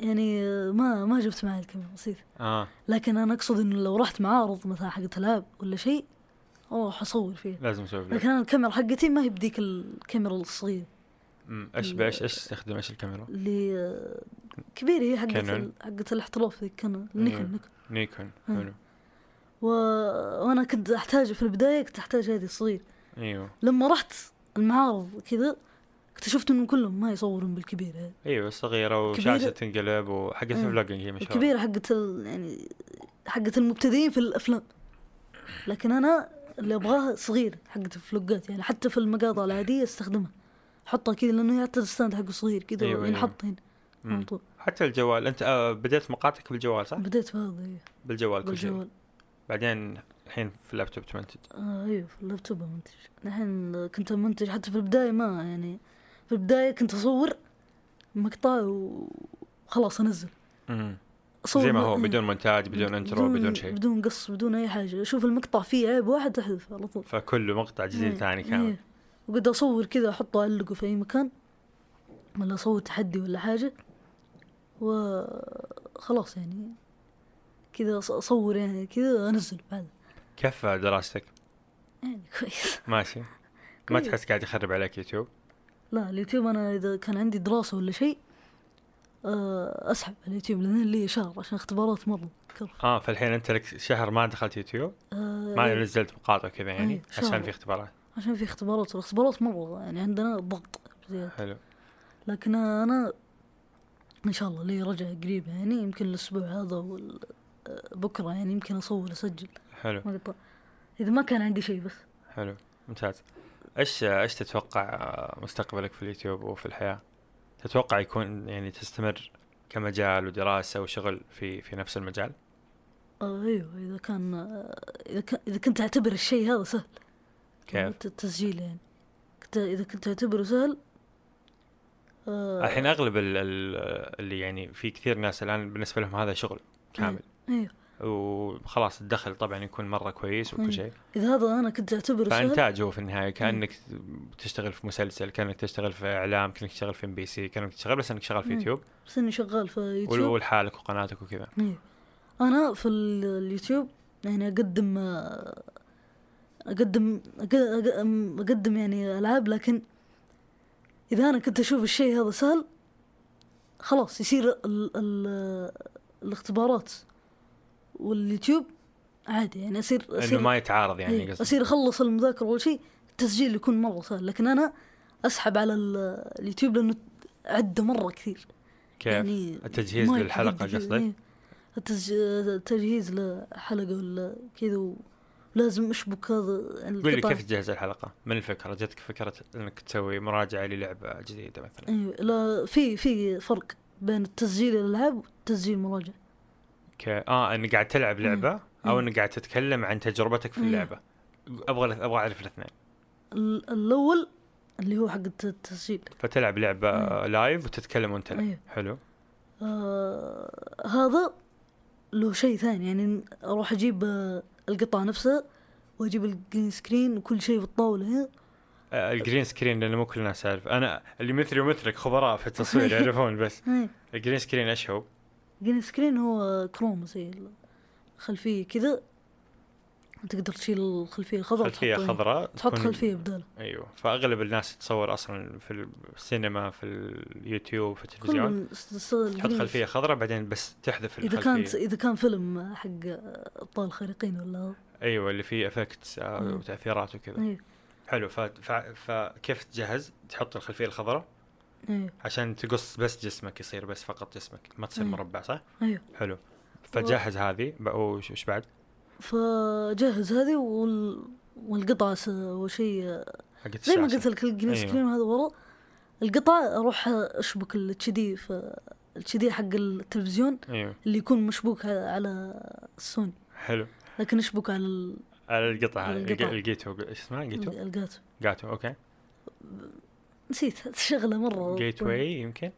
C: يعني ما ما جبت معي الكاميرا نسيت
B: اه
C: لكن انا اقصد انه لو رحت معارض مثلا حقت العاب ولا شيء اروح اصور فيها
B: لازم اسوي فلوج
C: لكن انا الكاميرا حقتي ما هي بديك الكاميرا الصغيرة
B: أمم، ايش
C: أيوة.
B: ايش ايش تستخدم ايش الكاميرا؟
C: اللي كبيرة هي حقت
B: كانون.
C: ال- حقت الاحتراف ذيك كانون
B: أيوة.
C: نيكون نيكون
B: نيكون
C: مم.
B: حلو
C: و... وانا كنت احتاج في البدايه كنت احتاج هذه الصغير
B: ايوه
C: لما رحت المعارض كذا اكتشفت انه كلهم ما يصورون بالكبير هذا
B: ايوه صغيره
C: كبيرة.
B: وشاشه تنقلب وحقت
C: مم.
B: الفلوجينج هي مشهوره
C: الكبيره حقت ال... يعني حقت المبتدئين في الافلام لكن انا اللي ابغاها صغير حقت الفلوقات يعني حتى في المقاطع العاديه استخدمها حطها كذا لانه حتى الستاند حقه صغير كذا
B: أيوة، أيوة.
C: أيوة ينحط هنا
B: مم.
C: على طول
B: حتى الجوال انت آه بديت مقاطعك بالجوال صح؟
C: بديت بهذا أيوة،
B: بالجوال كل شيء
C: بالجوال
B: بعدين الحين في اللابتوب تمنتج
C: آه ايوه في اللابتوب منتج الحين كنت منتج حتى في البدايه ما يعني في البدايه كنت اصور مقطع وخلاص انزل
B: أمم.
C: اصور
B: زي ما هو
C: إيه،
B: بدون مونتاج بدون انترو بدون شيء
C: بدون قص بدون اي حاجه اشوف المقطع فيه عيب واحد احذفه على طول
B: فكله مقطع جديد
C: إيه،
B: ثاني كامل
C: إيه. وقد اصور كذا احطه اعلقه في اي مكان ولا اصور تحدي ولا حاجه وخلاص يعني كذا أص- اصور يعني كذا انزل بعد
B: كيف دراستك؟
C: يعني كويس
B: ماشي ما
C: كويس.
B: تحس قاعد يخرب عليك يوتيوب؟
C: لا اليوتيوب انا اذا كان عندي دراسه ولا شيء آه، اسحب على اليوتيوب لان لي شهر عشان اختبارات مره كرف
B: اه فالحين انت لك شهر ما دخلت يوتيوب
C: آه،
B: ما
C: إيه،
B: نزلت مقاطع كذا يعني
C: إيه، شهر.
B: عشان في اختبارات
C: عشان في اختبارات والاختبارات مره يعني عندنا ضغط زيادة.
B: حلو
C: لكن انا ان شاء الله لي رجع قريب يعني يمكن الاسبوع هذا وال آه، بكره يعني يمكن اصور اسجل
B: حلو
C: ما قد- اذا ما كان عندي شيء بس
B: حلو ممتاز ايش ايش تتوقع آه، مستقبلك في اليوتيوب وفي الحياه؟ تتوقع يكون يعني تستمر كمجال ودراسه وشغل في في نفس المجال؟
C: آه، ايوه اذا كان آه، اذا كان- إذا كنت اعتبر الشيء هذا سهل
B: كيف؟
C: الت- التسجيل يعني كنت اذا كنت اعتبره سهل آه،
B: الحين اغلب ال- ال- اللي يعني في كثير ناس الان بالنسبه لهم هذا شغل كامل
C: ايوه
B: وخلاص الدخل طبعا يكون مره كويس
C: أيوة.
B: وكل شيء
C: اذا هذا انا كنت اعتبره سهل
B: فانتاج هو في النهايه كانك تشتغل في مسلسل كانك تشتغل في اعلام كانك تشتغل في ام بي سي كانك تشتغل بس انك شغال في
C: مم.
B: يوتيوب
C: بس اني شغال في
B: وال-
C: يوتيوب
B: ولحالك وقناتك وكذا
C: ايوه انا في ال- اليوتيوب يعني اقدم آه، اقدم أق- أق- اقدم يعني العاب لكن اذا انا كنت اشوف الشيء هذا سهل خلاص يصير ال ال الاختبارات واليوتيوب عادي يعني اصير
B: انه
C: اصير
B: ما يتعارض يعني
C: يعني
B: قصدي
C: اصير اخلص المذاكره اول شيء التسجيل يكون مره سهل لكن انا اسحب على ال- اليوتيوب لانه عده مره كثير
B: كيف
C: يعني
B: التجهيز
C: ما
B: للحلقه
C: يتعدى كثير.
B: قصدك
C: إيه. التسج- التجهيز لحلقه ولا كذا ولازم اشبك هذا يعني
B: قول لي
C: القطع.
B: كيف تجهز الحلقه من الفكره جتك فكره انك تسوي مراجعه للعبه جديده مثلا
C: ايوه لا في في فرق بين التسجيل الالعاب والتسجيل المراجعه
B: ك... اه انك قاعد تلعب لعبه او
C: مم.
B: انك قاعد تتكلم عن تجربتك في
C: مم.
B: اللعبه ابغى ابغى اعرف الاثنين
C: ال- الاول اللي هو حق الت- التسجيل
B: فتلعب لعبه لايف وتتكلم وانت تلعب
C: أيوة.
B: حلو
C: آه هذا له شيء ثاني يعني اروح اجيب آه، القطعه نفسها واجيب الجرين سكرين وكل شيء بالطاوله هنا
B: آه، الجرين سكرين لانه مو كلنا سالف انا اللي مثلي ومثلك خبراء في
C: [LAUGHS]
B: التصوير يعرفون بس
C: هاي
B: الجرين سكرين ايش هو؟
C: جرين سكرين هو كروم زي الخلفيه كذا تقدر تشيل الخلفيه الخضراء
B: خلفيه
C: وتحطها هنا.
B: خضراء
C: تحط
B: تكون-
C: خلفيه بداله
B: ايوه فاغلب الناس تتصور اصلا في السينما في اليوتيوب في التلفزيون
C: كل
B: تحط
C: تحط
B: خلفيه خضراء بعدين بس تحذف
C: اذا
B: الخلفيه
C: كانت اذا كان فيلم حق ابطال الخارقين ولا
B: ايوه اللي فيه افكتس
C: مم.
B: وتاثيرات وكذا
C: ايه
B: حلو ف... ف... فكيف تجهز؟ تحط الخلفيه الخضراء
C: ايه
B: عشان تقص بس جسمك يصير بس فقط جسمك ما تصير
C: مم.
B: مربع صح؟
C: ايوه
B: حلو فجهز هذه بقى وش وش بعد؟
C: فجهز هذه وال... والقطعه س... وشي
B: حقت
C: زي ما
B: الشاشة.
C: قلت لك الجرين
B: أيوة.
C: سكرين هذا ورا القطعه اروح اشبك الاتش دي الاتش دي حق التلفزيون
B: ايوه
C: اللي يكون مشبوك على- على السوني
B: حلو
C: لكن اشبك على ال-
B: القطعه
C: القطعة.
B: القطعة الجيتو ايش اسمها؟ جيتو؟
C: الجاتو
B: جاتو اوكي
C: نسيت شغله مره
B: جيت واي يمكن؟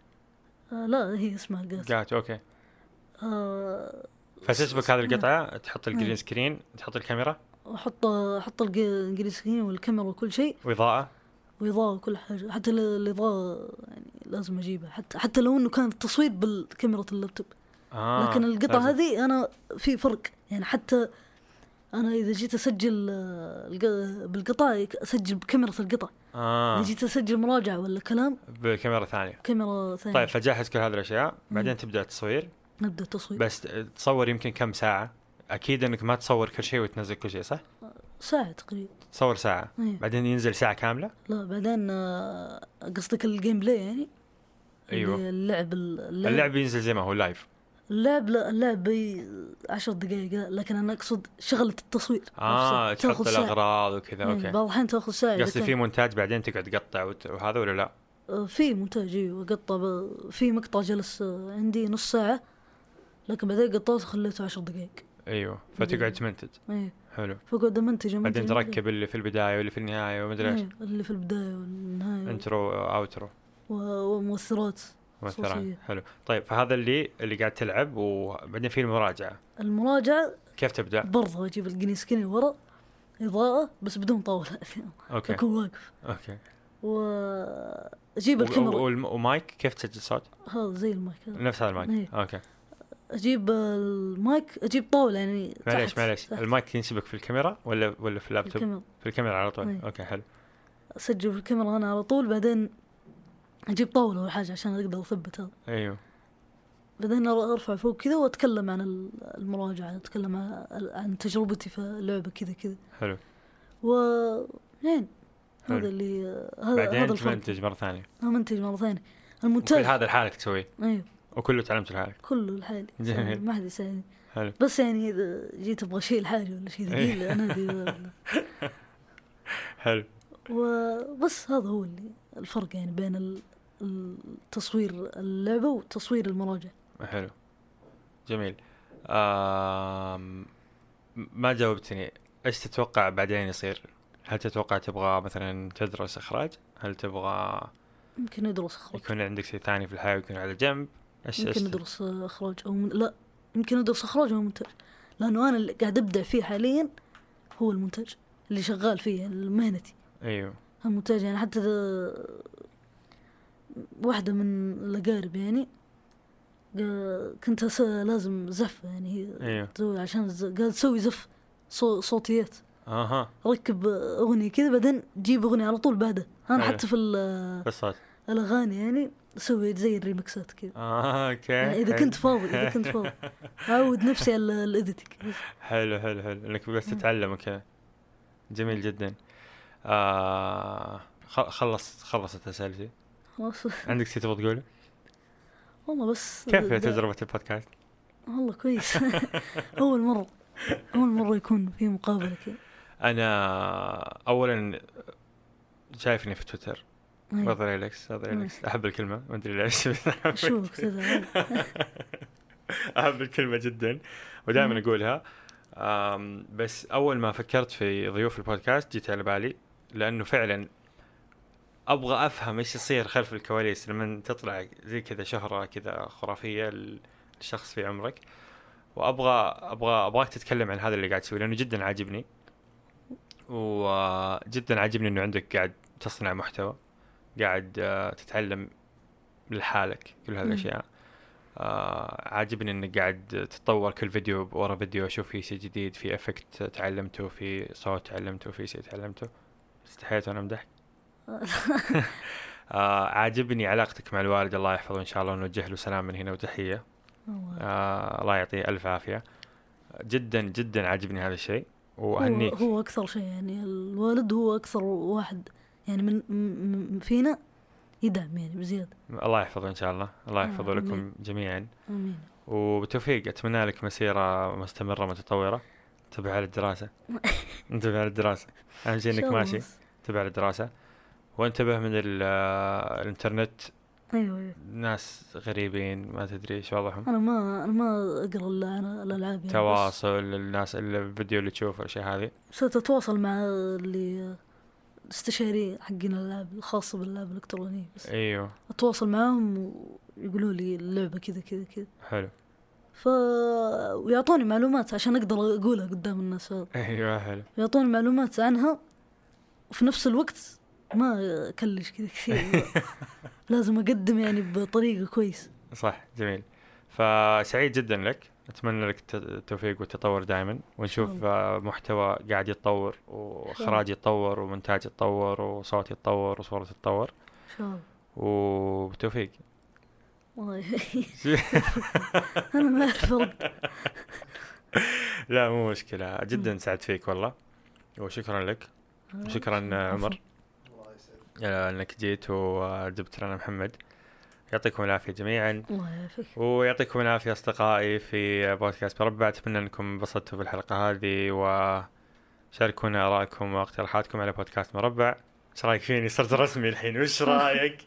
C: آه لا هي اسمها الجاتو
B: جاتو اوكي
C: آه
B: فتشبك هذه القطعه تحط الجرين
C: أيوة.
B: سكرين تحط الكاميرا
C: احط احط الجرين سكرين والكاميرا وكل شيء
B: واضاءه
C: واضاءه وكل حاجه حتى ال- الاضاءه يعني لازم اجيبها حتى حتى لو انه كان التصوير بالكاميرا اللابتوب
B: آه
C: لكن القطعه
B: لازم.
C: هذه انا في فرق يعني حتى انا اذا جيت اسجل آه، الق- بالقطع يك- اسجل بكاميرا القطع
B: اه
C: اذا جيت اسجل مراجعه ولا كلام
B: بكاميرا ثانيه
C: كاميرا ثانيه
B: طيب فجهز كل هذه الاشياء
C: أيوة.
B: بعدين تبدا تصوير
C: نبدا التصوير
B: بس تصور يمكن كم ساعه اكيد انك ما تصور كل شيء وتنزل كل شيء صح
C: ساعه تقريبا
B: تصور ساعه
C: أيوة.
B: بعدين ينزل ساعه كامله
C: لا بعدين آه، قصدك الجيم بلاي يعني
B: أيوة.
C: اللي اللعب ال- اللعب,
B: اللعب ينزل زي ما هو لايف
C: اللعب لا اللعب ي- عشر دقائق لا، لكن انا اقصد شغله التصوير
B: اه
C: نفسها.
B: تحط الاغراض وكذا
C: يعني
B: اوكي
C: بعض الاحيان تاخذ ساعه إذا
B: قصدي
C: كان-
B: في مونتاج بعدين تقعد تقطع وت- وهذا ولا لا
C: آه، في مونتاج ايوه قطع ب- في مقطع جلس آه، عندي نص ساعه لكن بعدين قطعته خليته عشر دقائق
B: ايوه فتقعد تمنتج
C: ايه
B: حلو
C: فقعد امنتج أمنتج،
B: بعدين
C: أمنتج.
B: تركب اللي في البدايه واللي في النهايه وما ادري ايش
C: إيه، اللي في البدايه والنهايه
B: انترو اوترو
C: و- ومؤثرات
B: مؤثرات
C: صوتية.
B: حلو طيب فهذا اللي اللي قاعد تلعب وبعدين في المراجعه
C: المراجعه
B: كيف تبدا؟
C: برضه اجيب الجرين سكرين ورا اضاءه بس بدون طاوله
B: اوكي
C: اكون واقف
B: اوكي
C: واجيب
B: و-
C: الكاميرا
B: والم- ومايك كيف تسجل صوت؟
C: هذا زي المايك هذا.
B: نفس هذا المايك
C: إيه.
B: اوكي
C: اجيب المايك اجيب طاوله يعني
B: معليش
C: تحت-
B: معليش
C: تحت
B: المايك ينشبك في الكاميرا ولا ولا في اللابتوب؟
C: الكاميرا
B: في الكاميرا على طول
C: إيه.
B: اوكي حلو
C: اسجل بالكاميرا انا على طول بعدين اجيب طاوله ولا حاجه عشان اقدر اثبت هذا
B: ايوه
C: بعدين أر- ارفع فوق كذا واتكلم عن ال- المراجعه اتكلم عن- عن تجربتي في اللعبه كذا كذا
B: حلو
C: و يعني
B: حلو.
C: هذا اللي هذا هذا
B: بعدين
C: الفرق
B: تمنتج مره ثانيه
C: أنا منتج مره ثانيه
B: وكل
C: المونتاج
B: هذا لحالك تسويه
C: ايوه
B: وكله تعلمت لحالك
C: كله لحالي
B: جميل.
C: يعني ما حد يساعدني
B: حلو.
C: بس يعني اذا جيت ابغى شيء لحالي ولا شيء
B: إيه.
C: ثقيل انادي
B: [LAUGHS]
C: ولا-
B: حلو
C: وبس هذا هو اللي الفرق يعني بين ال- التصوير اللعبه وتصوير المراجع
B: حلو جميل آم... ما جاوبتني ايش تتوقع بعدين يصير هل تتوقع تبغى مثلا تدرس اخراج هل تبغى
C: يمكن ادرس اخراج
B: يكون عندك شيء ثاني في الحياه ويكون على جنب ايش
C: يمكن
B: ايش
C: ادرس اخراج او من... لا يمكن ادرس اخراج او مونتاج لانه انا اللي قاعد ابدع فيه حاليا هو المونتاج اللي شغال فيه مهنتي
B: ايوه
C: المونتاج يعني حتى ذا واحدة من الأقارب يعني قا- كنت أس- لازم زف يعني هي
B: ايوه
C: تسوي عشان ز- قال سوي زف صو- صوتيات
B: اها
C: ركب أغنية كذا بعدين جيب أغنية على طول بعدها أنا
B: أيوه.
C: حتى في ال-
B: قصات
C: الأغاني يعني سويت زي الريمكسات كذا
B: اه اوكي
C: يعني إذا كنت فاضي إذا كنت فاضي أعود نفسي على الإديتنج
B: [LAUGHS] حلو حلو حلو انك بس تتعلم اوكي جميل جدا آه خ- خلص خلصت اسئلتي
C: خلاص
B: عندك شيء تبغى تقوله؟
C: والله بس
B: كيف
C: ده-
B: تجربه البودكاست؟
C: [LAUGHS] والله كويس [LAUGHS] أول مرة أول مرة يكون في مقابلة كذا
B: انا اولا شايفني في تويتر
C: أيوه.
B: نظري اليكس نظري اليكس احب الكلمه ما ادري ليش بس أحب
C: اشوفك كذا
B: [LAUGHS] احب الكلمه جدا ودائما
C: مم.
B: اقولها أم، بس اول ما فكرت في ضيوف البودكاست جيت على بالي لانه فعلا ابغى افهم ايش يصير خلف الكواليس لما تطلع زي كذا شهره كذا خرافيه لشخص في عمرك وابغى ابغى ابغاك تتكلم عن هذا اللي قاعد تسويه لانه جدا عاجبني وجدا عاجبني انه عندك قاعد تصنع محتوى قاعد آه، تتعلم لحالك كل
C: مم.
B: هالاشياء آه عاجبني انك قاعد تتطور كل فيديو ورا فيديو اشوف في شيء جديد في افكت تعلمته في صوت تعلمته في شيء تعلمته استحيت وانا
C: [LAUGHS]
B: امدحك [LAUGHS] آه عاجبني علاقتك مع الوالد الله يحفظه ان شاء الله ونوجه له سلام من هنا وتحيه
C: أيوة.
B: آه الله يعطيه الف عافيه جدا جدا عاجبني هذا الشيء واهنيك
C: هو, هو اكثر شيء يعني الوالد هو اكثر واحد يعني من م- م- فينا يدعم يعني بزياده
B: الله يحفظه ان شاء الله الله
C: آه،
B: يحفظه لكم
C: آمين.
B: جميعا
C: امين
B: وبالتوفيق اتمنى لك مسيره مستمره متطوره انتبه على
C: [LAUGHS]
B: الدراسه انتبه على الدراسه اهم شيء
C: إن شاء
B: انك
C: الله
B: ماشي
C: بس.
B: انتبه على الدراسه وانتبه من ال- آه، الانترنت
C: ايوه ايوه
B: ناس غريبين ما تدري ايش وضعهم
C: انا ما انا ما اقرا الا عن الالعاب يعني بس
B: تواصل الناس الفيديو اللي تشوفه الاشياء هذه
C: ستتواصل مع اللي استشاري حقين الالعاب الخاصه بالالعاب الالكترونيه بس
B: ايوه
C: اتواصل معاهم ويقولوا لي اللعبه كذا كذا كذا
B: حلو
C: ف ويعطوني معلومات عشان اقدر اقولها قدام الناس هذا
B: ايوه حلو
C: يعطون معلومات عنها وفي نفس الوقت ما اكلش كذا كثير لازم اقدم يعني بطريقه كويسه
B: صح جميل فسعيد جدا لك اتمنى لك الت- التوفيق والتطور دائما ونشوف آه، محتوى قاعد يتطور واخراج يتطور ومونتاج يتطور وصوت يتطور وصوره تتطور
C: ان شاء الله
B: وبالتوفيق
C: والله انا ما اعرف ارد
B: لا مو مشكله جدا سعدت فيك والله وشكرا لك
C: [LAUGHS]
B: شكرا آه، عمر
F: الله يسعدك
B: آه، انك جيت وجبت لنا محمد يعطيكم العافيه جميعا
C: الله يعافيك
B: ويعطيكم العافيه اصدقائي في بودكاست مربع اتمنى انكم انبسطتوا في الحلقه هذه وشاركونا ارائكم واقتراحاتكم على بودكاست مربع ايش رايك فيني صرت رسمي الحين وش
C: [LAUGHS]
B: رايك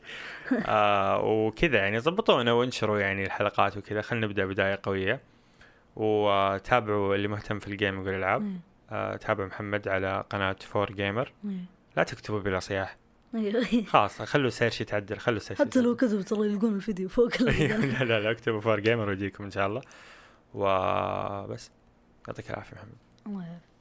B: آه وكذا يعني ضبطونا وانشروا يعني الحلقات وكذا خلينا نبدا بدايه قويه وتابعوا اللي مهتم في الجيمنج والالعاب
C: إيه،
B: آه تابعوا محمد على قناه فور جيمر
C: إيه،
B: لا تكتبوا بلا صياح [LAUGHS]
C: إيه.
B: خلاص خلوا سيرش يتعدل خلوا سيرش
C: حتى لو كذب ترى يلقون الفيديو فوق
B: [LAUGHS] أيوة،
C: ال-
B: لا لا لا اكتبوا فار جيمر ويجيكم ان شاء الله وبس يعطيك العافيه محمد
C: الله يعافيك